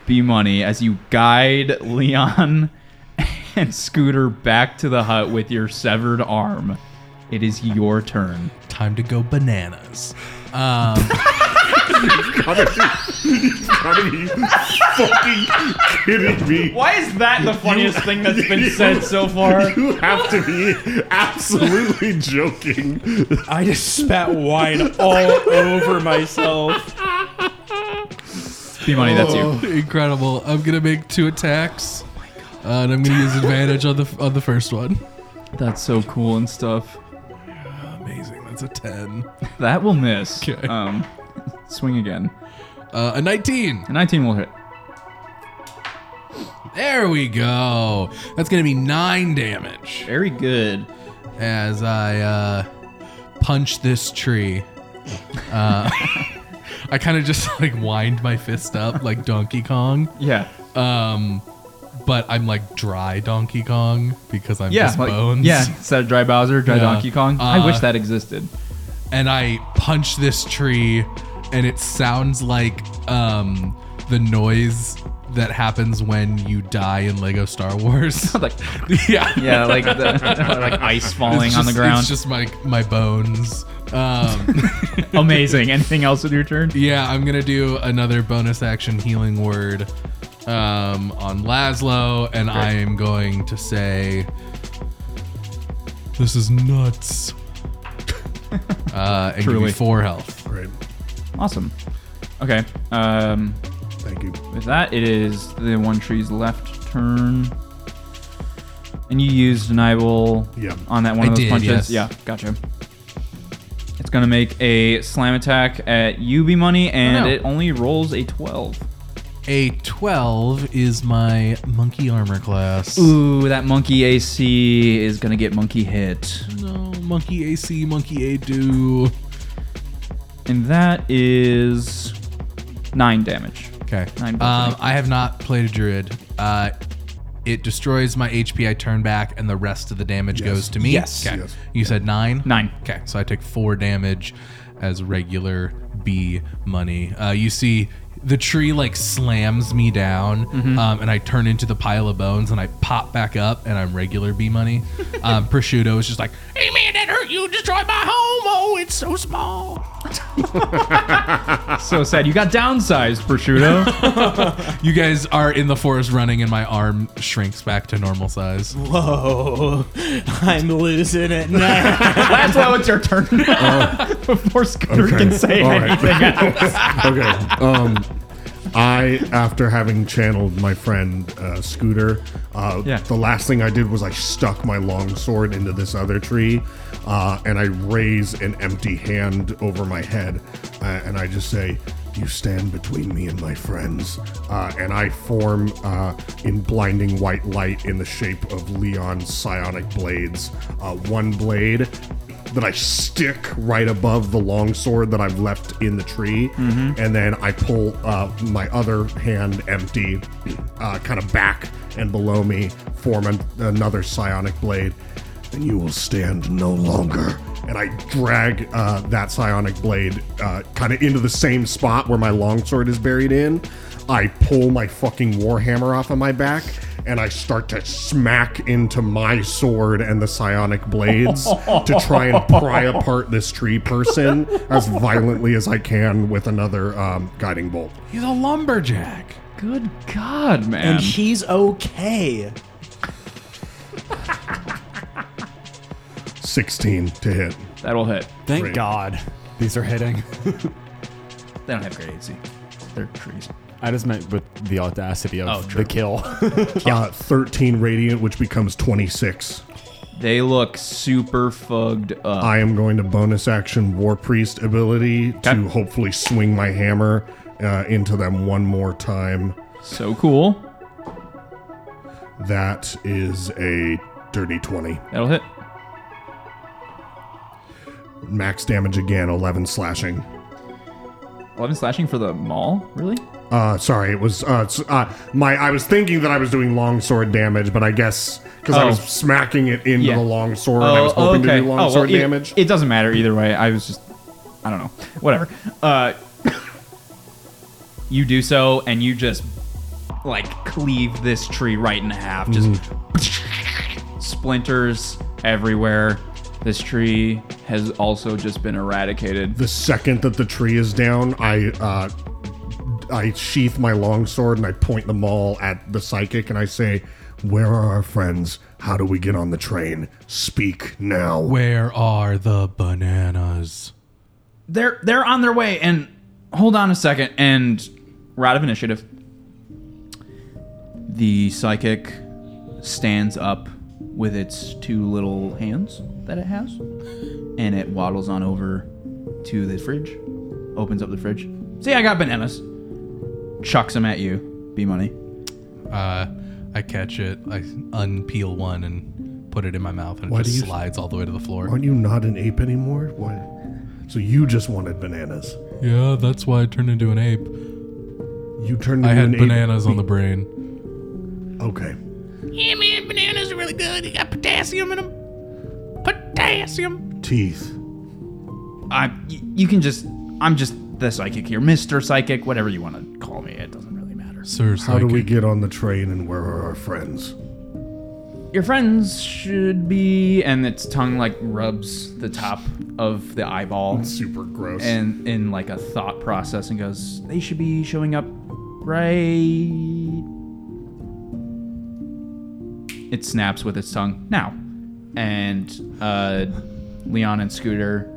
B Money, as you guide Leon and Scooter back to the hut with your severed arm, it is your turn.
Time to go bananas.
Are you fucking kidding me?
Why is that the funniest thing that's been said so far?
You have to be absolutely joking.
I just spat wine all over myself.
B Money, that's
Oh.
you.
Incredible. I'm gonna make two attacks. Uh, and I'm gonna use advantage on the on the first one.
That's so cool and stuff.
Amazing. That's a ten.
That will miss.
Okay.
Um, swing again.
Uh, a nineteen.
A 19 will hit.
There we go. That's gonna be nine damage
Very good.
as I uh, punch this tree. Uh, I kind of just like wind my fist up like Donkey Kong,
Yeah.
but I'm like dry Donkey Kong because I'm
Yeah,
just
like-
bones.
Yeah, instead of Dry Bowser, Dry
Yeah.
Donkey Kong. I
Uh,
wish that existed.
and I punch this tree, and it sounds like um, the noise that happens when you die in Lego Star Wars.
Like,
yeah,
yeah, like the, like ice falling
It's
on the
just-
ground.
It's just my my bones. Um,
Amazing. Anything else with your turn?
yeah, I'm gonna do another bonus action healing word um, on Laszlo, and I am going to say, "This is nuts." uh, and give
Truly.
me four health.
All right.
Awesome. Okay. Um,
Thank you.
with that, it is the one tree's left turn. And you used Nibel
Yeah.
on that one
I
of those
did,
punches.
yes.
Yeah, gotcha. It's gonna make a slam attack at UB Money, and
no.
it only rolls a twelve.
A 12 is my monkey armor class.
Ooh, that monkey AC is gonna get monkey hit.
No, monkey AC, monkey A do.
And that is nine damage.
Okay.
Nine
Um,
bucks.
I have not played a druid. Uh, it destroys my HP. I turn back, and the rest of the damage goes to me.
Yes.
Okay.
Yes.
You said nine.
Nine.
Okay. So I take four damage as regular B money. Uh, you see. The tree like slams me down, um, and I turn into the pile of bones, and I pop back up, and I'm regular B money. Um, prosciutto is just like, "Hey man, that hurt! You destroyed my home! Oh, it's so small."
So sad. You got downsized, prosciutto.
You guys are in the forest running, and my arm shrinks back to normal size.
Whoa, I'm losing it now.
Laszlo, it's your turn. Before Scooter
Okay.
can say
All
anything.
okay. Um, I, after having channeled my friend uh, Scooter, uh,
Yeah.
the last thing I did was I stuck my longsword into this other tree, uh, and I raise an empty hand over my head, uh, and I just say, "You stand between me and my friends," uh, and I form uh, in blinding white light in the shape of Leon's psionic blades. Uh, one blade that I stick right above the long sword that I've left in the tree, and then I pull uh, my other hand empty, uh, kind of back and below me, form an- another psionic blade, and you will stand no longer. And I drag uh, that psionic blade uh, kind of into the same spot where my long sword is buried in. I pull my fucking warhammer off of my back, and I start to smack into my sword and the psionic blades to try and pry apart this tree person as violently as I can with another um, guiding bolt.
He's a lumberjack.
Good God, man.
And he's okay.
16 to hit.
That'll hit.
Thank
Great.
God these are hitting.
They don't have great AC. They're trees.
I just meant with the audacity of
Oh, true.
the kill.
Uh, 13 radiant, which becomes 26.
They look super fugged up.
I am going to bonus action War Priest ability
Okay.
to hopefully swing my hammer uh, into them one more time.
So cool.
That is a dirty 20.
That'll hit.
Max damage again, 11 slashing.
11 slashing for the maul? Really?
Uh, sorry, it was uh, s- uh, my. I was thinking that I was doing longsword damage, but I guess because I
Oh.
was smacking it into
Yeah.
the longsword, I was hoping to do
Oh, well,
longsword
it-
damage.
It, doesn't matter either way. I was just, I don't know, whatever. Uh, you do so, and you just like cleave this tree right in half. Just
Mm-hmm.
splinters everywhere. This tree has also just been eradicated.
the second that the tree is down, I uh, I sheath my longsword and I point them all at the psychic and I say, "Where are our friends? How do we get on the train? Speak now."
Where are the bananas?
They're they're on their way. And hold on a second. And we're out of initiative. The psychic stands up with its two little hands that it has, and it waddles on over to the fridge, opens up the fridge. See, I got bananas. Chucks them at you. Be money.
Uh, I catch it. I unpeel one and put it in my mouth, and it
Why do
just
you-
slides all the way to the floor.
Aren't you not an ape anymore? What? So you just wanted bananas.
Yeah, that's why I turned into an ape.
You turned.
I
into
had
an ape
bananas on the brain.
be- Okay.
Yeah, man, bananas are really good. They got potassium in them. Potassium.
Teeth.
I, y- you can just, I'm just the psychic here, Mister Psychic, whatever you want to call me. It doesn't really matter.
Sir,
How do we
psychic.
get on the train and where are our friends?
Your friends should be, and its tongue like rubs the top of the eyeball,
Super gross.
and in like a thought process, and goes, "They should be showing up, right?" It snaps with its tongue now, and uh, Leon and Scooter,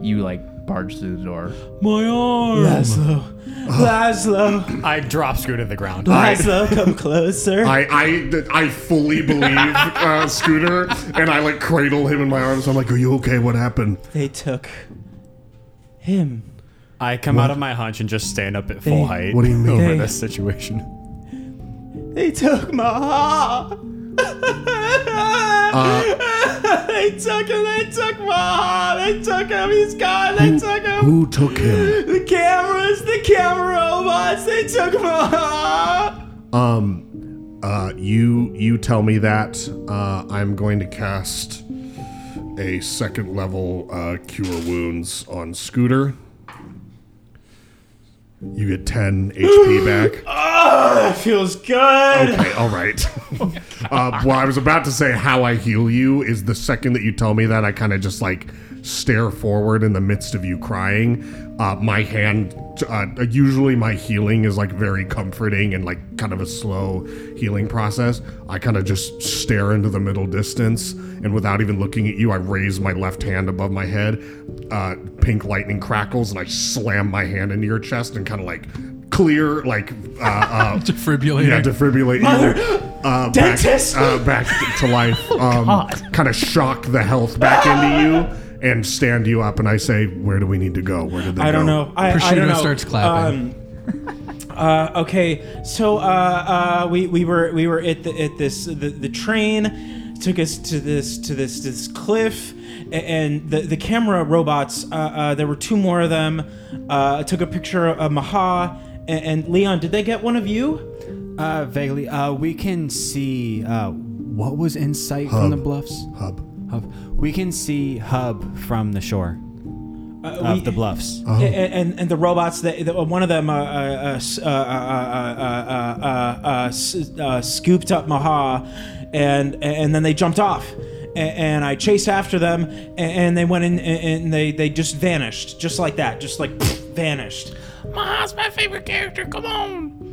you like barge through the door.
My arm.
Laszlo. Laszlo.
I drop Scooter to the ground.
Laszlo, come closer.
I, I, I fully believe uh, Scooter, and I like cradle him in my arms. I'm like, "Are you okay? What happened?"
They took him.
I come out of my hunch and just stand up at full
Hey,
height
what do you mean?
over
Hey.
this situation.
They took my heart.
Uh.
they took him. They took my heart. They took him. He's gone. They took him.
Who took him?
The cameras. The camera robots. They took my heart.
Um, uh, you you tell me that. Uh, I'm going to cast a second level uh, cure wounds on Scooter. You get 10 HP back.
That feels good.
Okay, all right. uh, well, I was about to say how I heal you is the second that you tell me that I kind of just like stare forward in the midst of you crying. Uh, my hand, uh, usually my healing is like very comforting and like kind of a slow healing process. I kind of just stare into the middle distance and without even looking at you, I raise my left hand above my head. Uh, pink lightning crackles and I slam my hand into your chest and kind of like clear like uh, uh,
Defibrillator.
yeah, defibrillate you. Uh,
Dentist!
Back, uh, back to life.
Oh,
Um, kind of shock the health back into you and stand you up. And I say, where do we need to go? Where did they
I
go?
don't know. I, I
Prosciutto
don't know.
starts clapping.
Um, uh, okay, so uh, uh, we, we were we were at the, at this the, the train took us to this to this this cliff, a- and the the camera robots. Uh, uh, there were two more of them. Uh, I took a picture of Maha and, and Leon. Did they get one of you?
Uh, vaguely, uh, we can see uh, what was in sight
Hub.
from the bluffs.
Hub.
Hub. We can see Hub from the shore.
Uh, we-
of the bluffs.
Oh.
A- and, and the robots that, that- one of them uh, uh, uh, s- uh, uh, uh, uh, uh, uh, uh, s- uh, scooped up Maha, and and then they jumped off. A- And I chased after them, a- and they went in, and they, they just vanished, just like that, just like vanished.
Maha's my favorite character. Come on.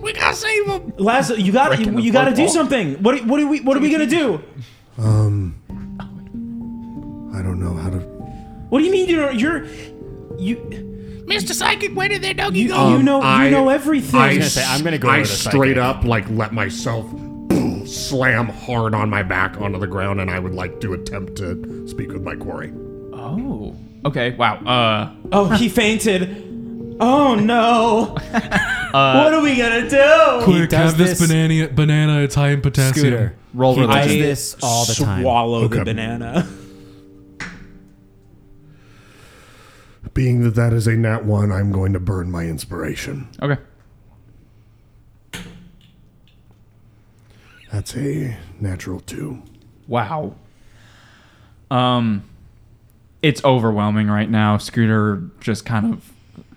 We gotta save him.
Laz, you got
Breaking
you,
the
you got
fourth
to do
wall.
something. What do- what are we what are we gonna do?
Um, I don't know how to.
What do you mean you're you're you
Mr. Psychic, where did that doggy go?
you
Um,
know you know everything?
I,
gonna say, I'm gonna go
I
over to
straight
psychic.
up like let myself slam hard on my back onto the ground, and I would like to attempt to speak with my quarry.
Oh. Okay. Wow. Uh.
oh, he fainted. Oh no!
Uh,
what are we gonna do?
Quick,
does
have this,
this-
banana. Banana. It's high in potassium.
Scooter.
Roll
he does
religion.
this all the time.
Swallow
Okay.
the banana.
Uh,
Being that that is a nat one, I'm going to burn my inspiration.
Okay.
That's a natural two.
Wow. Um, it's overwhelming right now. Scooter just kind of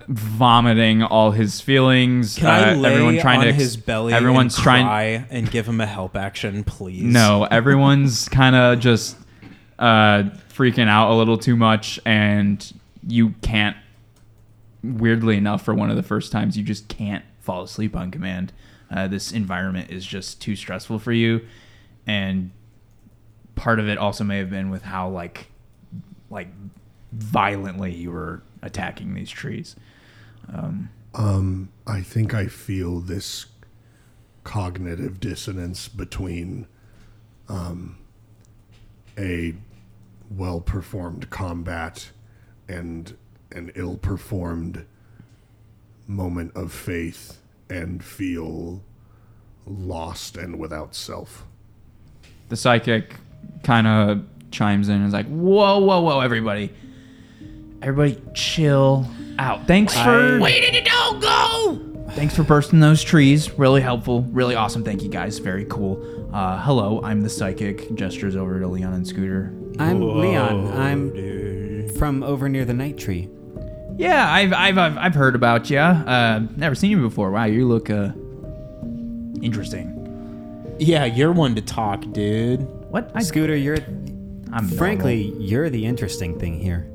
vomiting all his feelings.
Can I
Uh,
lay
everyone trying
on
to ex-
his belly?
Everyone's
and
trying.
cry and give him a help action, please.
No, everyone's kind of just uh, freaking out a little too much, and you can't. Weirdly enough, for one of the first times, you just can't fall asleep on command. Uh, this environment is just too stressful for you, and part of it also may have been with how like, like, violently you were attacking these trees.
I think I feel this cognitive dissonance between um, a well performed combat and an ill performed moment of faith and feel lost and without self.
the psychic kind of chimes in and is like, "Whoa, whoa, whoa, everybody, everybody, chill out. Thanks for
Where did the dog go?
thanks for bursting those trees. Really helpful, really awesome. Thank you guys. Very cool. Uh, hello, I'm the psychic. Gestures over to Leon and Scooter.
I'm Leon. I'm from over near the night tree.
Yeah, I've I've I've, I've heard about you. Uh, never seen you before. Wow, you look uh interesting.
Yeah, you're one to talk, dude.
What? I,
Scooter, you're
I'm
frankly you're the interesting thing here.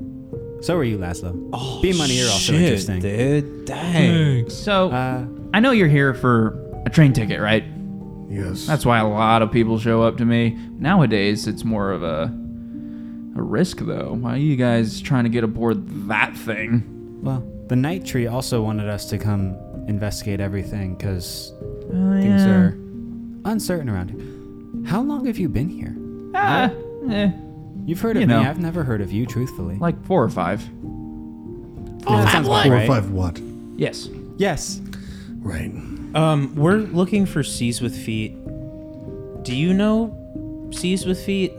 So are you, Laszlo. Oh, Be money, you're also interesting.
dude. Dang.
normal. so. I know you're here for a train ticket, right?
Yes.
That's why a lot of people show up to me. Nowadays, it's more of a a risk, though. Why are you guys trying to get aboard that thing?
Well, the night tree also wanted us to come investigate everything because things
yeah.
are uncertain around here. How long have you been here?
Ah, eh,
You've heard of
You
me.
know.
I've never heard of you, truthfully.
like four or five.
Yeah, that sounds about
Four
right.
or five what?
Yes.
Yes.
Right.
Um, we're looking for seas with feet. Do you know seas with feet?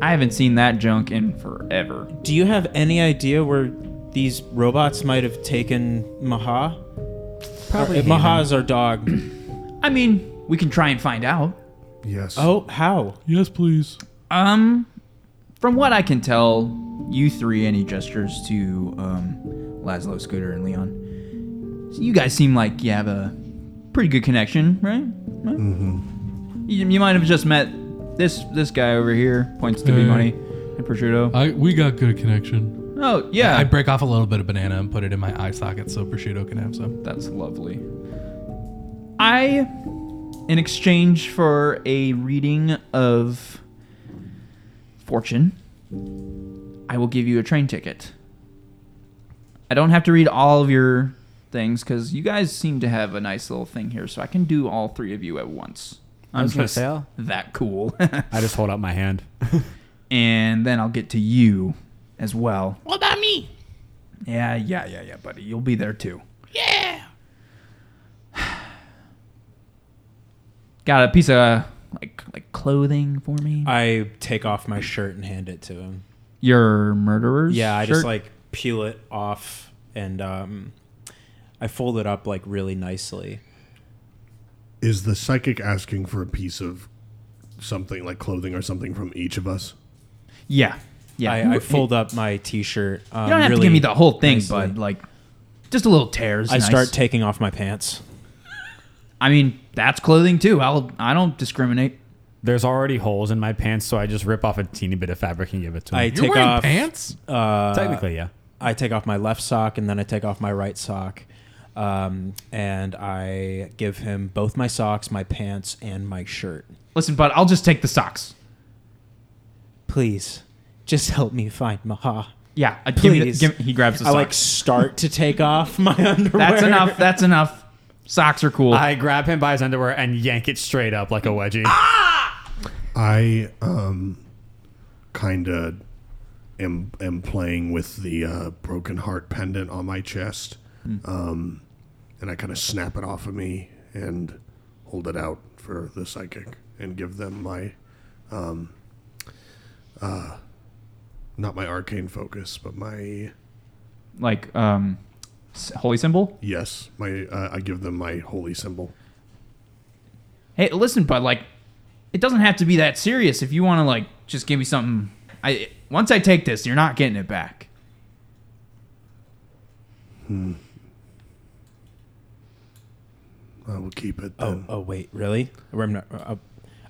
I haven't seen that junk in forever.
Do you have any idea where these robots might have taken Maha? Uh,
Probably.
Maha is our dog.
I mean, we can try and find out.
Yes.
oh, how?
Yes, please.
Um, from what I can tell, you three, any gestures to um, Laszlo, Scooter, and Leon. So you guys seem like you have a pretty good connection, right? Mm-hmm. You, you might have just met this this guy over here. Points to B
Hey.
Money and Prosciutto.
I we got good connection.
oh yeah,
I break off a little bit of banana and put it in my eye socket so prosciutto can have some.
That's lovely. I, in exchange for a reading of Fortune, I will give you a train ticket. I don't have to read all of your things because you guys seem to have a nice little thing here, so I can do all three of you at once. I'm
was gonna
just
say, I'll-
that cool.
I just hold out my hand.
and then I'll get to you as well.
What about me?
Yeah, yeah, yeah, yeah, buddy. You'll be there too.
Yeah.
Got a piece of like like clothing for me?
I take off my shirt and hand it to him.
your murderers.
Yeah, I just
shirt?
like peel it off and um, I fold it up like really nicely.
Is the psychic asking for a piece of something like clothing or something from each of us?
yeah. Yeah.
I, I fold up my T-shirt. Um,
You don't have
really
to give me the whole thing,
nicely.
bud. Like, just a little tears.
I start taking off my pants.
I mean, that's clothing too. I'll. I don't discriminate.
There's already holes in my pants, so I just rip off a teeny bit of fabric and give it to
I uh,
him.
take
You're wearing
off.
pants?
Technically, yeah.
I take off my left sock and then I take off my right sock. Um, and I give him both my socks, my pants, and my shirt.
Listen, bud. I'll just take the socks.
Please, just help me find Maha.
Yeah. I- Give me the,
Please.
give, he grabs the
I like
socks.
start to take off my underwear.
that's enough. That's enough. Socks are cool.
I grab him by his underwear and yank it straight up like a wedgie.
Ah!
I um kind of am am playing with the uh, broken heart pendant on my chest, um, and I kind of snap it off of me and hold it out for the psychic and give them my um, uh, not my arcane focus, but my
like, um, s- holy symbol.
yes, my uh, I give them my holy symbol.
hey listen bud like it doesn't have to be that serious if you want to like just give me something i once i take this you're not getting it back
I will keep it.
Oh,
Then.
oh wait, really? Or I'm not- uh,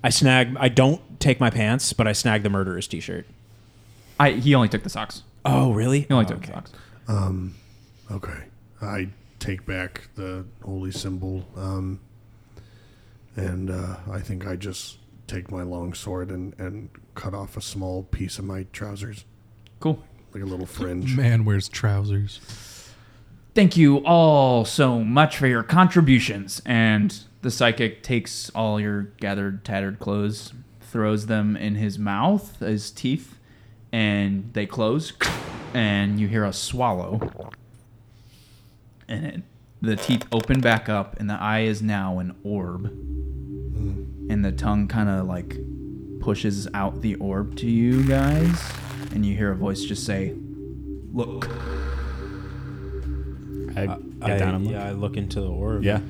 I snag. I don't take my pants, but I snag the murderer's T-shirt.
i he only took the socks
Oh, really?
he only
Oh,
took
okay.
the socks
Okay. I take back the holy symbol. Um, and uh, I think I just take my long sword and, and cut off a small piece of my trousers,
cool
like a little fringe.
Man wears trousers.
thank you all so much for your contributions and the psychic takes all your gathered tattered clothes throws them in his mouth his teeth and they close and you hear a swallow and it, the teeth open back up and the eye is now an orb and the tongue kind of like pushes out the orb to you guys and you hear a voice just say look
I get
Oh. I,
down and look.
yeah, I look into the orb.
Yeah.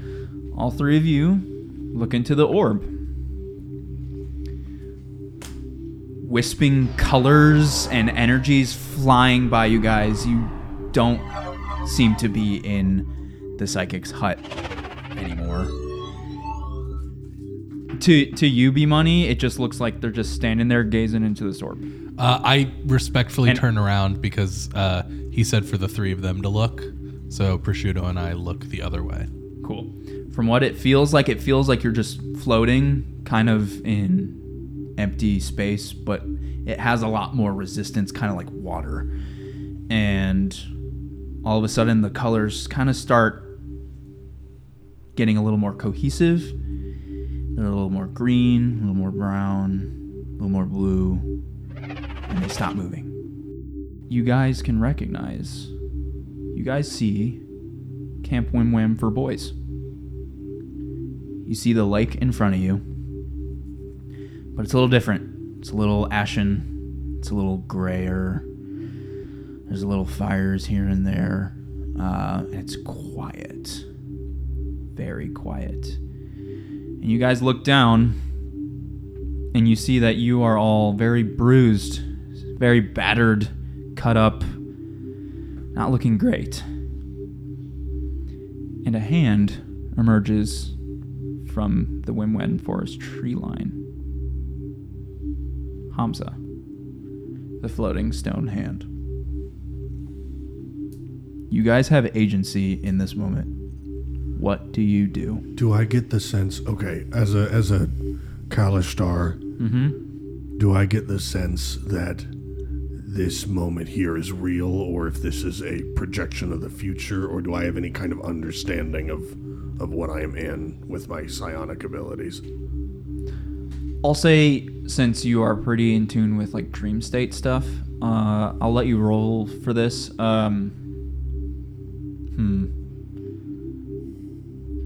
All three of you look into the orb. Wisping colors and energies flying by you guys. You don't seem to be in the psychic's hut anymore. To to you, B Money, it just looks like they're just standing there gazing into this orb.
Uh, I respectfully
And-
turn around because uh, he said for the three of them to look. So Prosciutto and I look the other way.
Cool. From what it feels like, it feels like you're just floating, kind of in empty space, but it has a lot more resistance, kind of like water. And all of a sudden, the colors kind of start getting a little more cohesive. They're a little more green, a little more brown, a little more blue, and they stop moving. You guys can recognize. You guys see Camp Wim Wham for boys. You see the lake in front of you, but it's a little different. It's a little ashen, it's a little grayer. There's little fires here and there. Uh, and it's quiet, very quiet. And you guys look down, and you see that you are all very bruised, very battered, cut up, not looking great and a hand emerges from the Wimwen Forest tree line. Hamza, the floating stone hand. You guys have agency in this moment. What do you do?
Do I get the sense, okay, as a as a Kalash star, do I get the sense that this moment here is real or if this is a projection of the future or do I have any kind of understanding of of what I am in with my psionic abilities?
I'll say, since you are pretty in tune with like dream state stuff, uh, I'll let you roll for this. Um, hmm.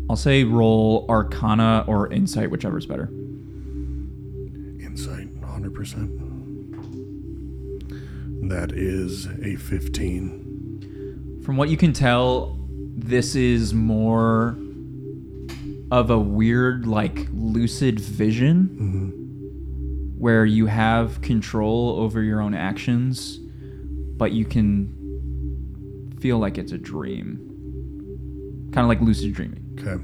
I'll say roll Arcana or Insight, whichever's better.
Insight, 100%. That is a 15.
From what you can tell, this is more of a weird, like lucid vision where you have control over your own actions, but you can feel like it's a dream. Kind of like lucid dreaming.
Okay.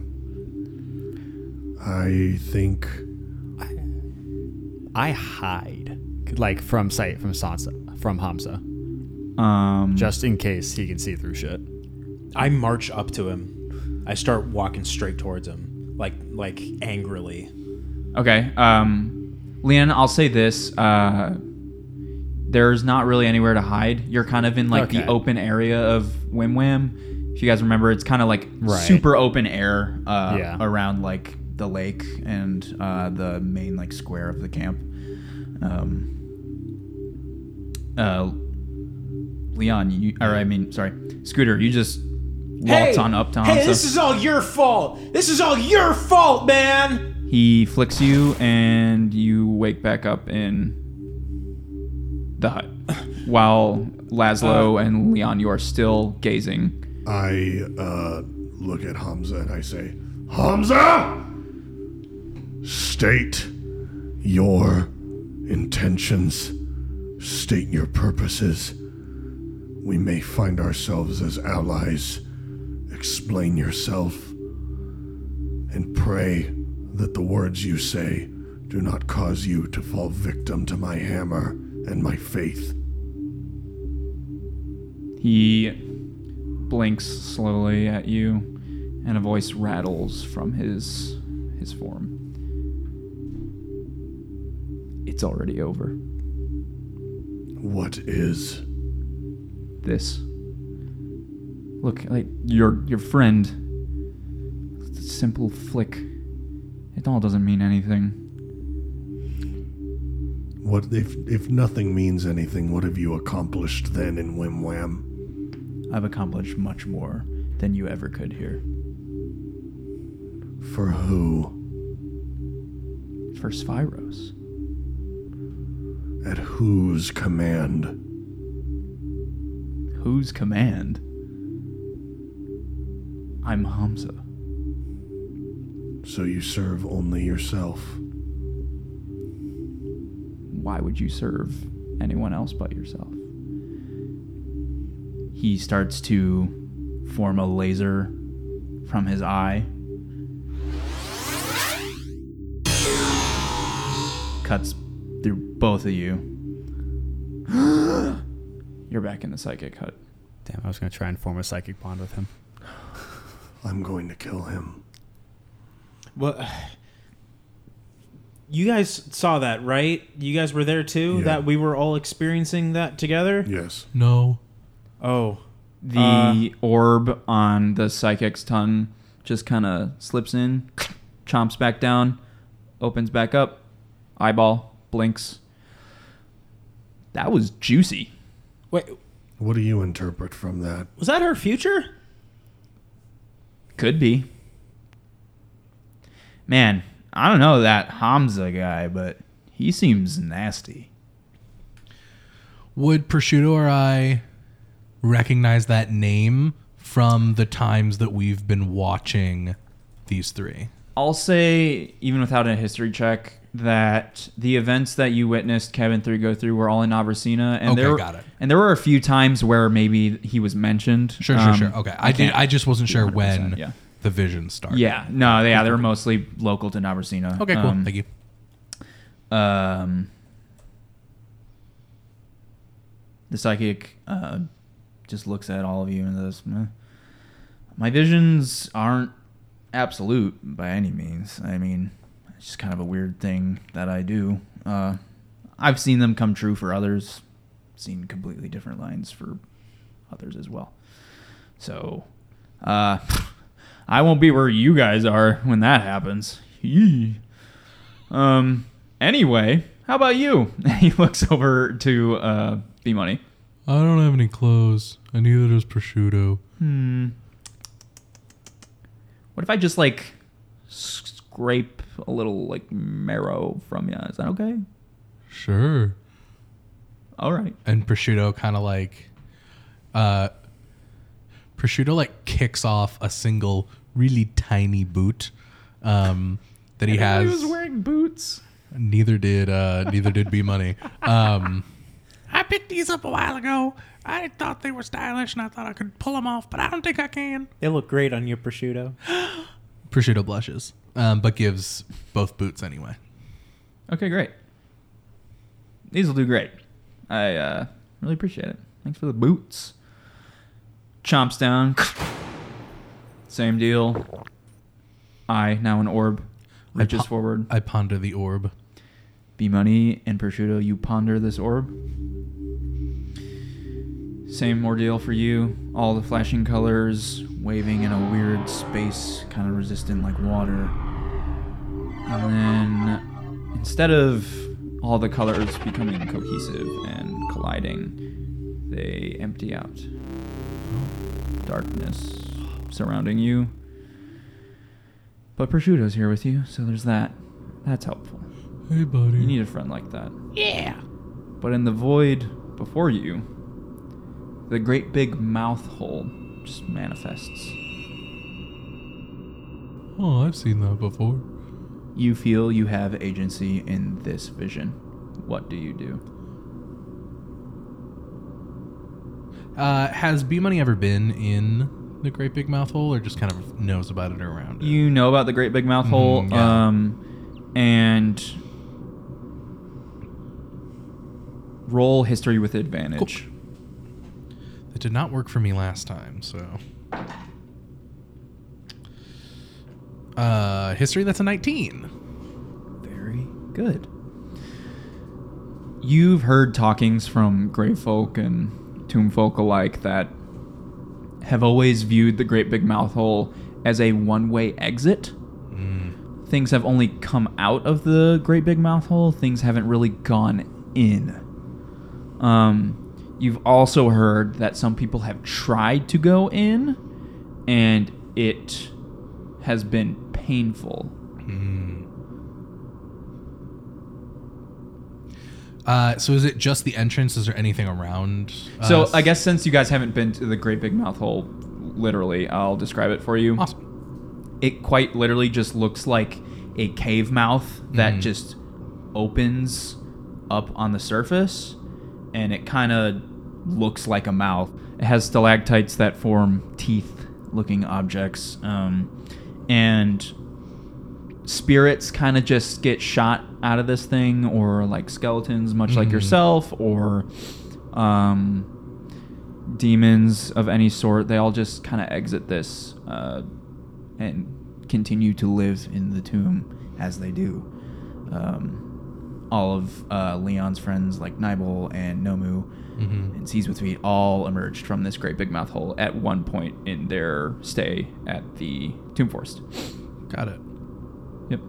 I think
I hide, like from sight from Sansa, from Hamza,
Um,
just in case he can see through shit.
I march up to him. I start walking straight towards him, like like angrily.
Okay. Um, Leon, I'll say this. Uh, there's not really anywhere to hide. You're kind of in like
Okay.
the open area of Wim Wham. If you guys remember, it's kind of like
Right.
super open air uh,
Yeah.
around like the lake and uh, the main like square of the camp. Um, uh, Leon, you, or I mean, sorry, Scooter, you just walked on up to
hey,
Hansa.
this is all your fault. This is all your fault, man.
He flicks you, and you wake back up in the hut. While Laszlo and Leon, you are still gazing.
I uh, look at Hamza and I say, Hamza, state your intentions, state your purposes. We may find ourselves as allies. Explain yourself and pray that the words you say do not cause you to fall victim to my hammer and my faith.
He blinks slowly at you, and a voice rattles from his his form. It's already over.
What is
This. Look, like your your friend. It's a simple flick. It all doesn't mean anything.
What if if nothing means anything? What have you accomplished then in Wim Wham?
I've accomplished much more than you ever could here.
For who?
For Spyros,
At whose command?
whose command? I'm Hamza.
So you serve only yourself.
Why would you serve anyone else but yourself? He starts to form a laser from his eye. Cuts through both of you. You're back in the psychic hut.
Damn, I was gonna try and form a psychic bond with him.
I'm going to kill him.
Well, you guys saw that, right? You guys were there too.
Yeah.
That we were all experiencing that together.
Yes.
No.
Oh,
The orb on the psychic's tongue just kind of slips in, chomps back down, opens back up, eyeball blinks. That was juicy.
wait,
What do you interpret from that?
was that her future?
Could be. Man, I don't know that Hamza guy, but he seems nasty.
Would Prosciutto or I recognize that name from the times that we've been watching these three?
I'll say, even without a history check, that the events that you witnessed Kevin Three go through were all in Abrasina, and
Okay,
there
got it.
and there were a few times where maybe he was mentioned.
Sure,
Um,
sure, sure. Okay. I, did.
can't-
I just wasn't sure when
100%, yeah.
the vision started.
Yeah, no, yeah, they were mostly local to Nabrasina.
Okay, cool.
Um,
Thank you.
Um, the psychic uh, just looks at all of you and says, "Meh." "My visions aren't absolute by any means. I mean, it's just kind of a weird thing that I do. Uh, I've seen them come true for others, seen completely different lines for others as well. So, uh, I won't be where you guys are when that happens." Yee. Um. Anyway, how about you? he looks over to uh, B Money.
I don't have any clothes, and neither does prosciutto.
What if I just like scrape a little like marrow from you? Is that okay?
Sure.
All right.
And prosciutto kind of like, uh, prosciutto like kicks off a single really tiny boot, um, that he
I
has.
was wearing boots.
Neither did uh, neither did B Money. Um,
I picked these up a while ago. I thought they were stylish and I thought I could pull them off, but I don't think I can.
They look great on your prosciutto.
prosciutto blushes, um, but gives both boots anyway.
Okay, great. These will do great. I uh, really appreciate it. Thanks for the boots. Chomps down. Same deal. I now an orb. Reaches forward.
I ponder the orb.
B money and prosciutto. You ponder this orb. Same ordeal for you. All the flashing colors waving in a weird space, kind of resistant like water. And then, instead of all the colors becoming cohesive and colliding, they empty out. Darkness surrounding you. But prosciutto's here with you, so there's that. That's helpful.
Hey, buddy.
You need a friend like that.
Yeah.
But in the void before you, the great big mouth hole just manifests.
oh, I've seen that before.
You feel you have agency in this vision. What do you do?
Uh, has B Money ever been in the Great Big Mouth Hole, or just kind of knows about it or around it?
You know about the great big mouth hole,
Mhm, yeah.
um, and roll history with advantage.
It did not work for me last time, so. Uh, history. That's a nineteen.
Very good. You've heard talkings from grey folk and tomb folk alike that have always viewed the Great Big Mouth Hole as a one way exit. Things have only come out of the Great Big Mouth Hole, things haven't really gone in. Um, you've also heard that some people have tried to go in and it has been painful
Uh, so is it just the entrance? Is there anything around?
So
us?
I guess since you guys haven't been to the Great Big Mouth Hole, literally, I'll describe it for you.
Awesome.
It quite literally just looks like a cave mouth that
Mhm.
just opens up on the surface, and it kind of looks like a mouth. It has stalactites that form teeth-looking objects, um, and spirits kind of just get shot out of this thing, or like skeletons, much like
Mhm.
yourself, or um, demons of any sort, they all just kind of exit this uh, and continue to live in the tomb as they do. Um, all of uh, Leon's friends, like Nibel and Nomu and Seas with Feet, all emerged from this great big mouth hole at one point in their stay at the Tomb Forest.
Got it.
Yep.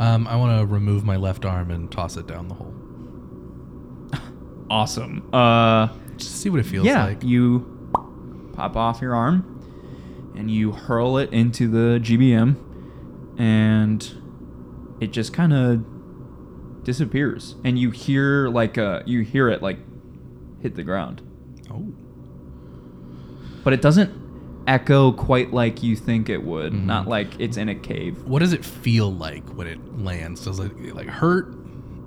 Um, I want to remove my left arm and toss it down the hole.
Awesome. Uh,
Just see what it feels
yeah,
like.
you pop off your arm and you hurl it into the GBM, and it just kind of disappears. And you hear like uh you hear it like hit the ground,
Oh.
but it doesn't echo quite like you think it would. Not like it's in a cave.
What does it feel like when it lands? Does it like hurt?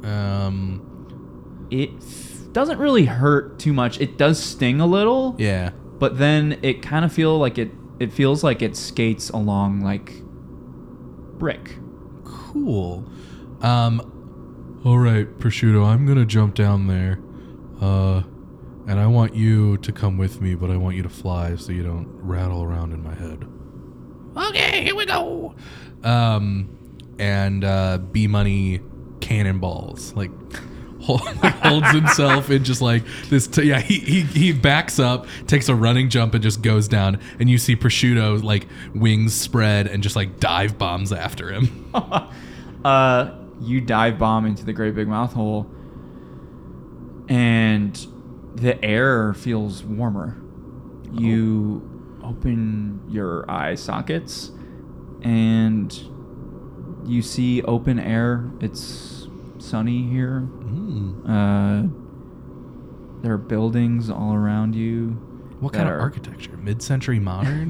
Um,
It f- doesn't really hurt too much. It does sting a little.
yeah.
but then it kind of feel like it it feels like it skates along like brick
Cool. Um, all right, prosciutto. I'm gonna jump down there, uh, and I want you to come with me, but I want you to fly so you don't rattle around in my head.
Okay, here we go.
Um, and uh, B Money cannonballs like. hol- holds himself in just like this t- yeah he, he he backs up takes a running jump and just goes down and you see prosciutto like wings spread and just like dive bombs after him
uh you dive bomb into the great big mouth hole and the air feels warmer you open your eye sockets and you see open air it's sunny here
Hmm.
Uh, there are buildings all around you.
what
that
kind
are-
of architecture mid-century modern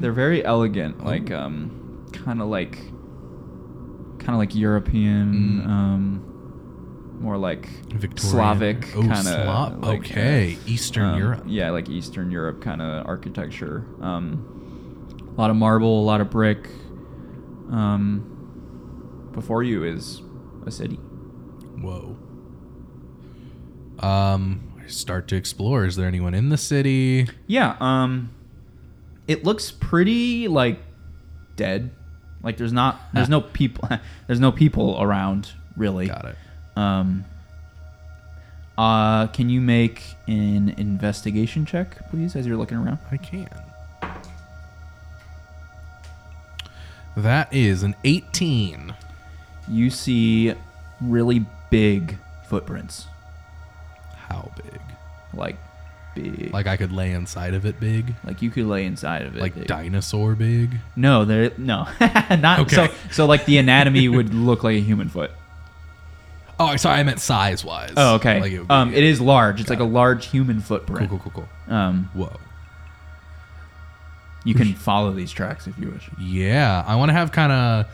They're very elegant, like um, kind of like, kind of like European.
Mm.
Um, more like
Victorian.
Slavic
Oh,
kind
Slav-
of.
okay, Eastern Europe.
um, Yeah, like Eastern Europe kind of architecture. Um, a lot of marble, a lot of brick. Um, before you is a city.
Whoa. Um, I start to explore. Is there anyone in the city?
Yeah, um it looks pretty like dead. Like there's not there's no people there's no people around really.
Got it.
Um uh can you make an investigation check please as you're looking around?
I can. That is an 18.
You see really big footprints.
How big?
Like big. Like,
Like I could lay inside of it big?
you could lay inside of it.
Like
big.
dinosaur big?
No, there no. not
Okay.
so so like the anatomy would look like a human foot.
Oh, sorry, I meant size wise.
Oh, okay.
Like it would be,
um, it is large. It's
Got
like a large human footprint.
Cool, cool, cool, cool.
Um,
Whoa.
you can follow these tracks if you wish.
Yeah, I want to have kind of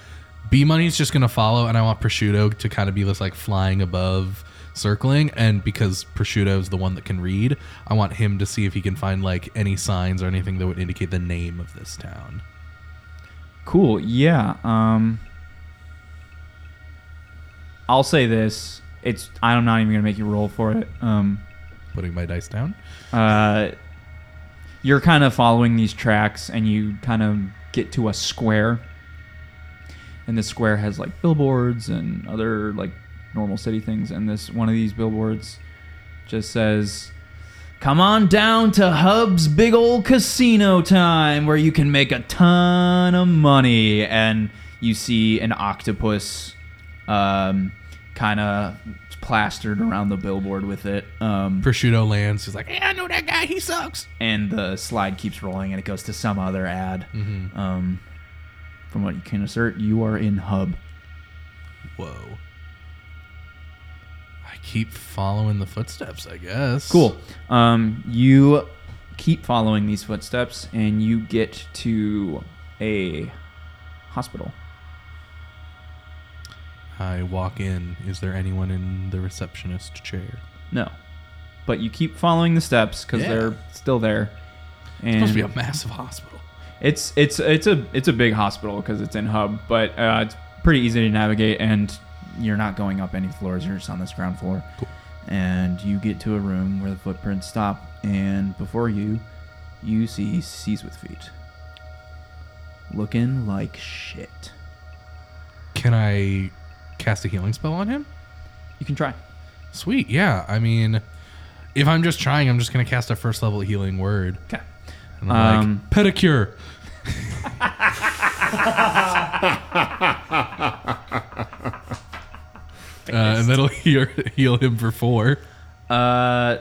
B money's just gonna follow, and I want prosciutto to kind of be this like flying above, circling, and because prosciutto's the one that can read, I want him to see if he can find like any signs or anything that would indicate the name of this town.
Cool. Yeah. Um, I'll say this. It's. I'm not even gonna make you roll for it. Um,
Putting my dice down.
uh, you're kind of following these tracks, and you kind of get to a square. And this square has like billboards and other like normal city things. And this one of these billboards just says, "Come on down to Hub's Big Old Casino Time, where you can make a ton of money." And you see an octopus, um, kind of plastered around the billboard with it. Um,
Prosciutto lands. He's like,
Yeah, I know that guy. He sucks.
and the slide keeps rolling and it goes to some other ad.
Mm-hmm.
Um, from what you can assert, you are in hub.
whoa. I keep following the footsteps. I guess.
Cool. Um, you keep following these footsteps and you get to a hospital.
I walk in. Is there anyone in the receptionist chair?
No, but you keep following the steps because
Yeah.
they're still there. And
Must be a massive hospital.
It's it's it's a it's a big hospital because it's in hub, but uh, it's pretty easy to navigate, and you're not going up any floors. You're just on this ground floor, and you get to a room where the footprints stop, and before you, you see seas with feet, looking like shit.
Can I cast a healing spell on him?
You can try.
Sweet, yeah. I mean, if I'm just trying, I'm just gonna cast a first level healing word.
Okay.
And I'm
Um,
like, pedicure. Uh, and that'll heal, heal him for four.
Uh,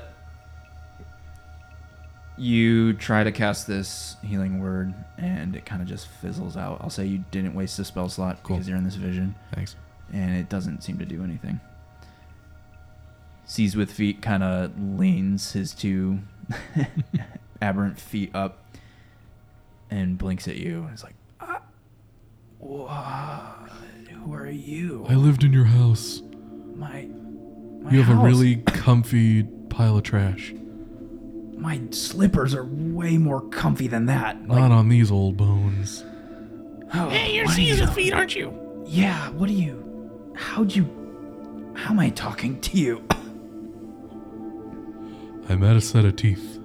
you try to cast this healing word, and it kind of just fizzles out. I'll say you didn't waste a spell slot because you're in this vision,
Thanks.
and it doesn't seem to do anything. Sees with feet kind of leans his two aberrant feet up and blinks at you, and is like, ah, what? Who are you?
I lived in your house.
My, my
You have a
house-
really comfy pile of trash.
My slippers are way more comfy than that. Like,
Not on these old bones.
oh,
Hey, you're
what do you-
Caesar's feet, aren't you?
Yeah, what do you? How'd you? How am I talking to you?
I'm out of set of teeth.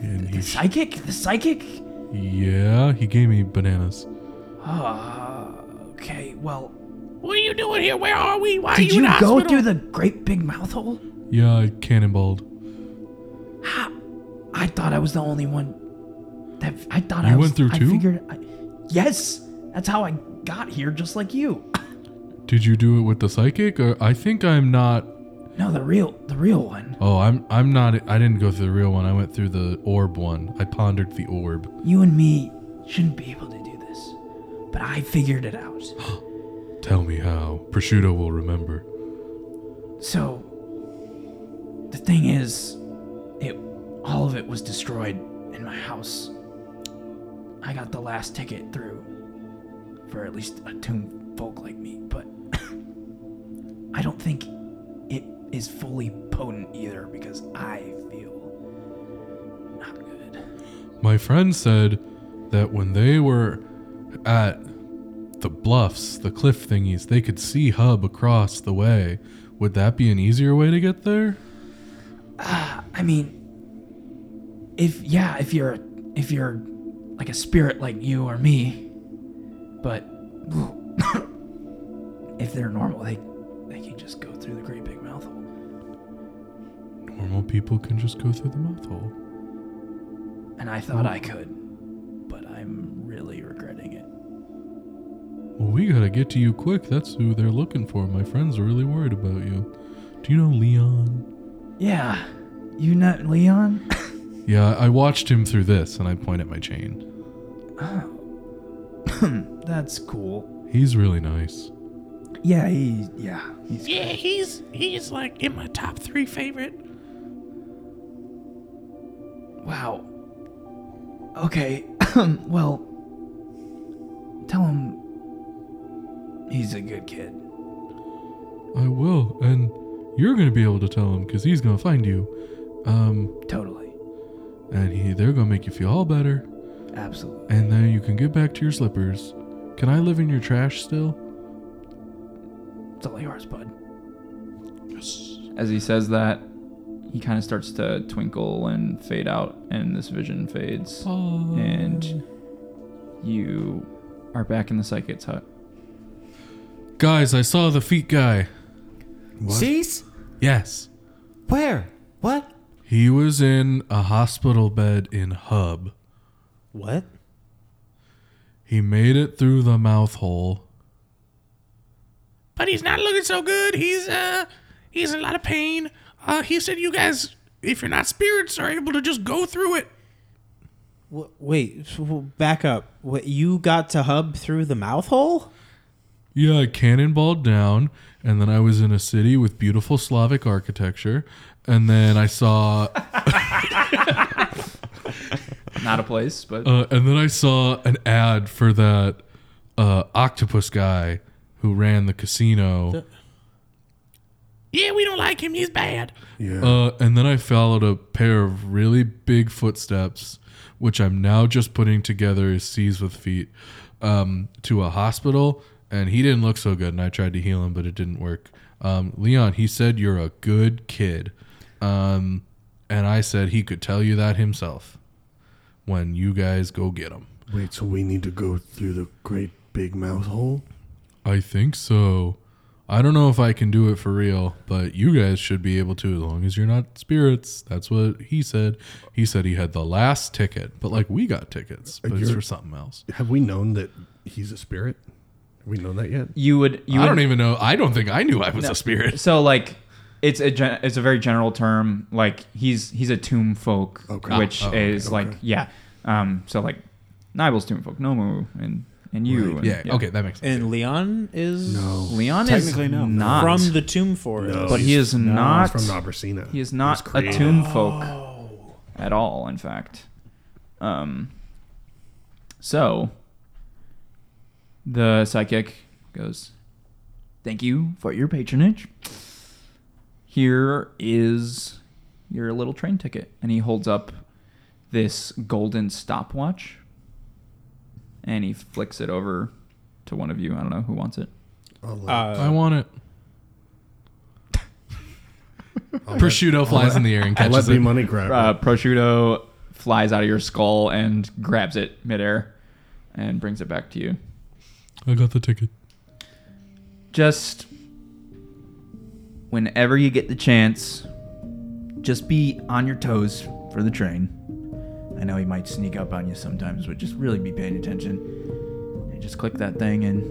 And he
Psychic? The psychic?
Yeah, he gave me bananas.
Ah, Okay, well,
What are you doing here? Where are we? Why are
did
you in
you
the
go
hospital?
through the great big mouth hole?
Yeah, I cannonballed.
I thought I was the only one. That I thought
You
I was,
went through
I
too?
Figured I, yes, that's how I got here, just like you.
Did you do it with the psychic? Or I think I'm not.
No, the real, the real one.
Oh, I'm I'm not. I didn't go through the real one. I went through the orb one. I pondered the orb.
You and me shouldn't be able to do this, but I figured it out.
Tell me how. Prosciutto will remember.
So, the thing is, it all of it was destroyed in my house. I got the last ticket through for at least a tomb
folk like me, but I don't think it is fully potent either because I feel not good.
My friend said that when they were at the bluffs, the cliff thingies, they could see Hub across the way. Would that be an easier way to get there?
I mean, if yeah, if you're if you're like a spirit like you or me, but if they're normal, they they can just go through the great big mouth hole.
Normal people can just go through the mouth hole.
And I thought I could, but I'm really regretting it.
Well, we gotta get to you quick. That's who they're looking for. My friends are really worried about you. Do you know Leon?
Yeah, you not Leon?
Yeah, I watched him through this, and I point at my chain.
That's cool.
He's really nice.
Yeah, he yeah. He's
Yeah, he's he's like in my top three favorite.
wow. Okay. um, well, tell him he's a good kid.
I will, and you're gonna be able to tell him because he's gonna find you. Um,
Totally.
and he, they're gonna make you feel all better,
Absolutely.
and then you can get back to your slippers. Can I live in your trash still?
It's all yours, bud.
As he says that, he kind of starts to twinkle and fade out, and this vision fades. And you are back in the psychic's hut.
Guys, I saw the feet guy.
Cease?
Yes,
Where? What?
he was in a hospital bed in Hub.
What?
He made it through the mouth hole.
But he's not looking so good. He's uh he's in a lot of pain. Uh he said you guys if you're not spirits are able to just go through it.
Wh- Wait, so back up. What you got to hub through the mouth hole?
Yeah, I cannonballed down, and then I was in a city with beautiful Slavic architecture, and then I saw
Not a place, but
Uh, and then I saw an ad for that uh, octopus guy who ran the casino.
Yeah, we don't like him, he's bad.
Uh, and then I followed a pair of really big footsteps, which I'm now just putting together as seas with feet, um, to a hospital. And he didn't look so good, and I tried to heal him, but it didn't work. Um, Leon, he said you're a good kid, um, and I said he could tell you that himself when you guys go get him.
Wait, so we need to go through the great big mouth hole?
I think so. I don't know if I can do it for real, but you guys should be able to as long as you're not spirits. That's what he said. He said he had the last ticket, but like we got tickets, but it's
you're-
for something else.
Have we known that he's a spirit? Have we known that yet?
you would you
I
would,
don't even know. I don't think I knew I was a spirit.
So like, it's a gen- it's a very general term. Like he's he's a tomb folk,
Okay.
which
Ah, oh,
is like yeah. Um, so like, Nibel's tomb folk, Nomu, and and you. and-
Yeah, Okay. That
Uh,
makes sense.
And Leon is
Leon is
Technically, no.
not
from the tomb forest.
but he is not.
He's from Nabrasina.
he is not
He was
a
created.
tomb folk at all. In fact, um, so the psychic goes, "Thank you for your patronage. Here is your little train ticket," and he holds up this golden stopwatch, and he flicks it over to one of you. I don't know who wants it.
Oh, Uh,
I want it. Prosciutto flies in the air and
I let
catches
me
it.
money grab.
uh, prosciutto flies out of your skull and grabs it midair and brings it back to you.
I got the ticket.
Just whenever you get the chance,
Just be on your toes for the train. I know he might sneak up on you sometimes, but just really be paying attention. And just click that thing and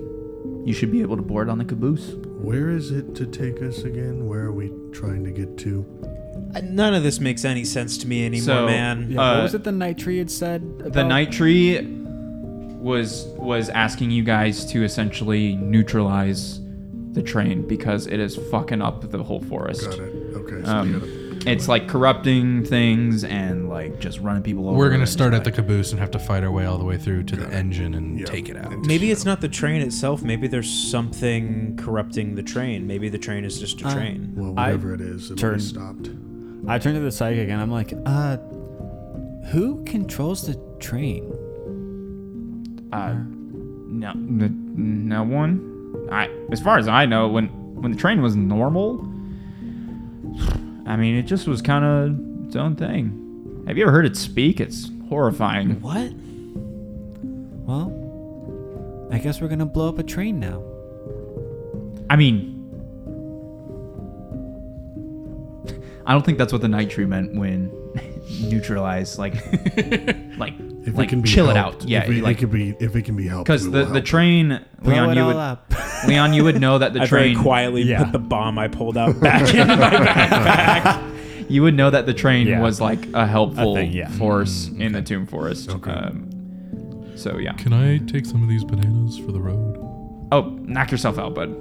you should be able to board on the caboose.
Where is it to take us again? Where are we trying to get to?
None of this makes any sense to me anymore,
so
man.
uh,
what was it the night tree had said? About?
the night tree was was asking you guys to essentially neutralize the train because it is fucking up the whole forest. Um,
Got it. Okay, so we gotta
doing.
It's like corrupting things and like just running people over.
We're gonna
and
start
like-
at the caboose and have to fight our way all the way through to the engine and take it out.
Maybe it's not the train itself. Maybe there's something corrupting the train. Maybe the train is just a train.
Well,
I
whatever it is, it
turned-
stopped.
I turn to the psychic and I'm like,
Uh, who controls the train?
Uh, no, n- no one. I, as far as I know, when when the train was normal, I mean, it just was kind of its own thing. Have you ever heard it speak? It's horrifying.
What? Well, I guess we're gonna blow up a train now.
I mean, I don't think that's what the night tree meant when neutralize, like, like,
If
like
it can be
chill it
helped,
out. Yeah,
if it,
like
it could be if it can be helped.
because
we
the
will
the
help.
train,
Blow
Leon,
it
you
all
would,
up.
Leon, you would know that the
I very
train
quietly
Yeah.
put the bomb I pulled out back in my backpack.
you would know that the train
Yeah.
was like a helpful
A thing, yeah. Mm.
force in the tomb forest. Um, so yeah.
Can I take some of these bananas for the road?
Oh, knock yourself out, bud.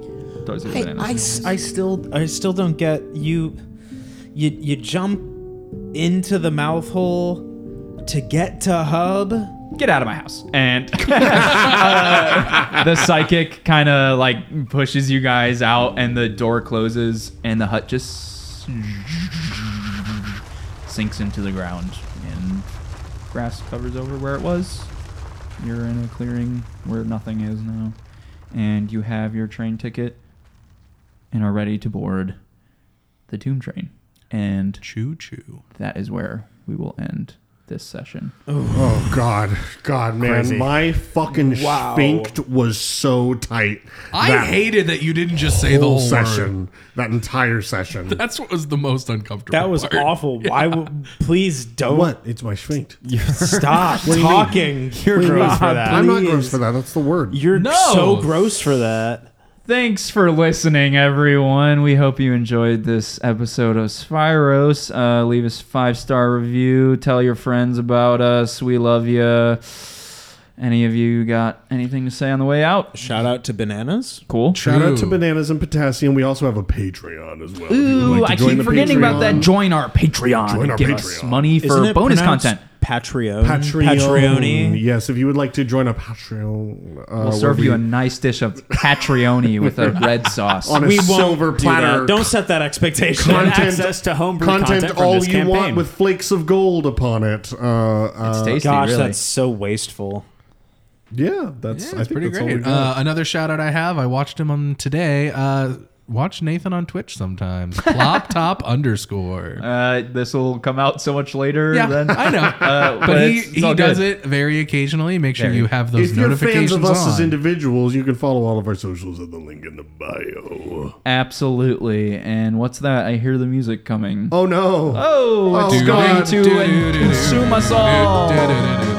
Throws his
I,
bananas.
I s- I still I still don't get you. You you jump into the mouth hole to get to hub.
Get out of my house. And uh, the psychic kind of like pushes you guys out, and the door closes, and the hut just sinks into the ground, and grass covers over where it was. You're in a clearing where nothing is now, and you have your train ticket and are ready to board the tomb train. And
Choo choo.
that is where we will end this session.
Oh God, God, man, my fucking
Wow.
sphinct was so tight.
I
that
hated that you didn't just say the
whole
whole Word.
session, that entire session.
That's what was the most uncomfortable.
That was
part.
awful. Why? would please don't
what? It's my sphinct.
stop
do you mean?
talking. You're
gross for that.
I'm not gross for that. That's the word.
You're
No.
so gross for that.
Thanks for listening, everyone. We hope you enjoyed this episode of Spyros. Uh, leave us five star review. Tell your friends about us. We love you. Any of you got anything to say on the way out?
Shout out to bananas.
Cool.
Shout out to
True.
bananas and potassium. We also have a Patreon as well. If you would
Ooh,
like to
I
join
keep
the
forgetting about that.
Patreon.
Join our Patreon.
Join our
Give us
Patreon.
money for
Isn't it
bonus
pronounced
content.
Patreon.
Patreon.
Patreon-y?
Yes, if you would like to join a Patreon, uh,
We'll
where
serve
we-
you a nice dish of patrioni with a red sauce.
on a
We won't
silver
do
platter.
that. Don't set that expectation.
access to homebrew
content,
content from
all
this
you
campaign.
want with flakes of gold upon it. Uh, uh,
It's tasty,
Gosh,
really.
that's so wasteful.
yeah, that's I think
pretty
that's all we
great.
got.
Uh, another shout out I have. I watched him on today. Uh, watch Nathan on Twitch sometimes. Plop top underscore.
Uh, this will come out so much later.
yeah,
than,
I know.
Uh,
but he,
it's- it's
he
all
does
good.
it very occasionally. Make sure you have those
if you're
notifications
fans of us
on.
as individuals, you can follow all of our socials at the link in the bio.
Absolutely. And what's that? I hear the music coming.
Oh no!
Oh,
Oh,
it's
God.
going to
Do-do-do-do-do.
consume us all.
Do-do-do-do-do.